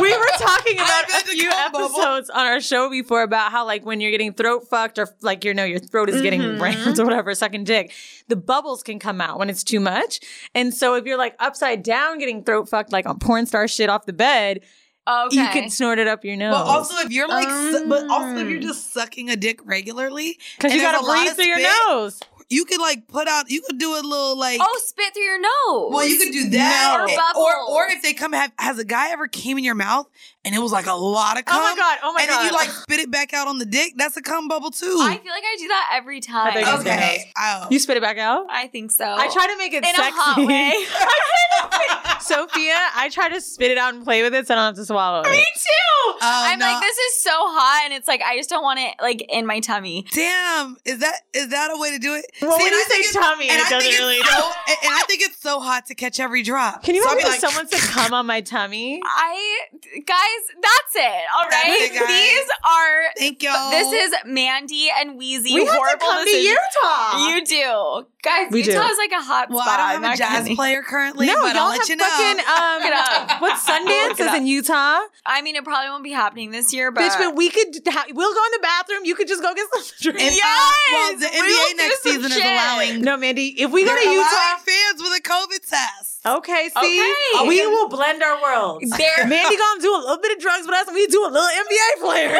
S3: we were talking about
S2: meant
S3: a
S2: to
S3: few
S2: come, Oh, Bubble.
S3: episodes on our show before about how like when you're getting throat fucked or like you know your throat is getting
S2: Mm-hmm.
S3: rammed or whatever, sucking dick, the bubbles can come out when it's too much. And so if you're like upside down getting throat fucked like on porn star shit off the bed,
S4: Okay.
S3: you can snort it up your nose.
S2: But also, if you're like, su- but also if you're just sucking a dick regularly,
S3: because Um. you
S2: and there's
S3: gotta
S2: a lot
S3: breathe
S2: of
S3: through your
S2: spit,
S3: nose.
S2: you could like put out. You could do a little like.
S4: oh, spit through your nose.
S2: well, you could do that,
S4: No.
S2: And- or
S4: Bubbles.
S2: or if they come have has a guy ever came in your mouth and it was like a lot of cum.
S3: Oh my god! Oh my
S2: and
S3: god!
S2: then you like spit it back out on the dick. That's a cum bubble too.
S4: I feel like I do that every time.
S3: think it's
S4: okay.
S3: good.
S2: okay. Oh.
S3: you spit it back out.
S4: I think so.
S3: I try to make it
S4: in
S3: sexy.
S4: a hot way.
S3: Sophia, I try to spit it out and play with it so I don't have to swallow it.
S4: Me too. I'm
S2: Oh, no.
S4: like, this is so hot, and it's like I just don't want it like in my tummy.
S2: Damn, is that is that a way to do it?
S3: Well, when
S2: and
S3: you
S2: I think
S3: say
S2: it's-
S3: tummy,
S2: and
S3: it
S2: I
S3: doesn't
S2: think it's
S3: really-
S2: So, and, and I think it's so hot to catch every drop.
S3: Can you
S2: So I'll be
S3: imagine if
S2: like,
S3: someone said come on my tummy?
S4: I guys, that's it. All
S2: That's
S4: right,
S2: it, guys.
S4: these are.
S2: Thank y'all.
S4: This is Mandy and Wheezy.
S3: We have to
S4: horrible
S3: come to
S4: decisions.
S3: Utah.
S4: You do. Guys,
S3: We do.
S4: Utah is like a hot
S2: Well,
S4: spot.
S2: I
S4: I'm
S2: don't have
S4: not
S2: a jazz
S4: kidding.
S2: player currently,
S3: no,
S2: but I'll
S3: y'all have
S2: let you know.
S3: fucking um,
S4: Look it up.
S3: what Sundance
S4: Look it
S3: is in Utah,
S4: I mean, it probably won't be happening this year, but
S3: bitch. But we could ha- we'll go in the bathroom. You could just go get some
S2: If, uh,
S3: drinks.
S2: well, the
S4: We will
S2: NBA next
S4: do some
S2: season is
S4: shit.
S2: allowing.
S3: No, Mandy, if we go
S2: they're
S3: to Utah,
S2: allowing fans with a COVID test.
S3: okay, see,
S4: Okay.
S3: Oh, we will blend our worlds.
S4: there.
S3: Mandy gonna do a little bit of drugs with us, and we do a little NBA player.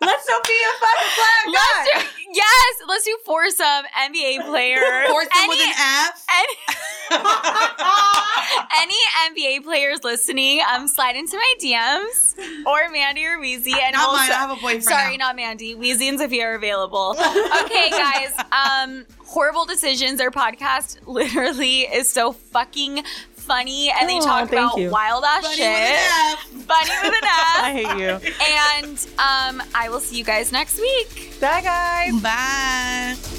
S3: Let's not be a fucking flag guy.
S4: Let's do, yes, let's do foursome NBA player.
S2: Force them with
S4: Any-
S2: an F.
S4: Any NBA players listening, um, slide into my DMs or Mandy or Weezy, and
S2: Not
S4: also,
S2: mine. I have a boyfriend.
S4: sorry,
S2: now.
S4: not Mandy. Weezy and Sophia are available. Okay, guys. Um, horrible decisions. Their podcast literally is so fucking funny, and they
S3: Oh,
S4: talk
S3: thank
S4: about
S3: you.
S4: wild ass
S2: Buddy with
S4: shit.
S2: an F.
S4: Funny with an
S3: I
S4: F.
S3: hate you.
S4: and um, I will see you guys next week.
S3: Bye, guys.
S2: Bye.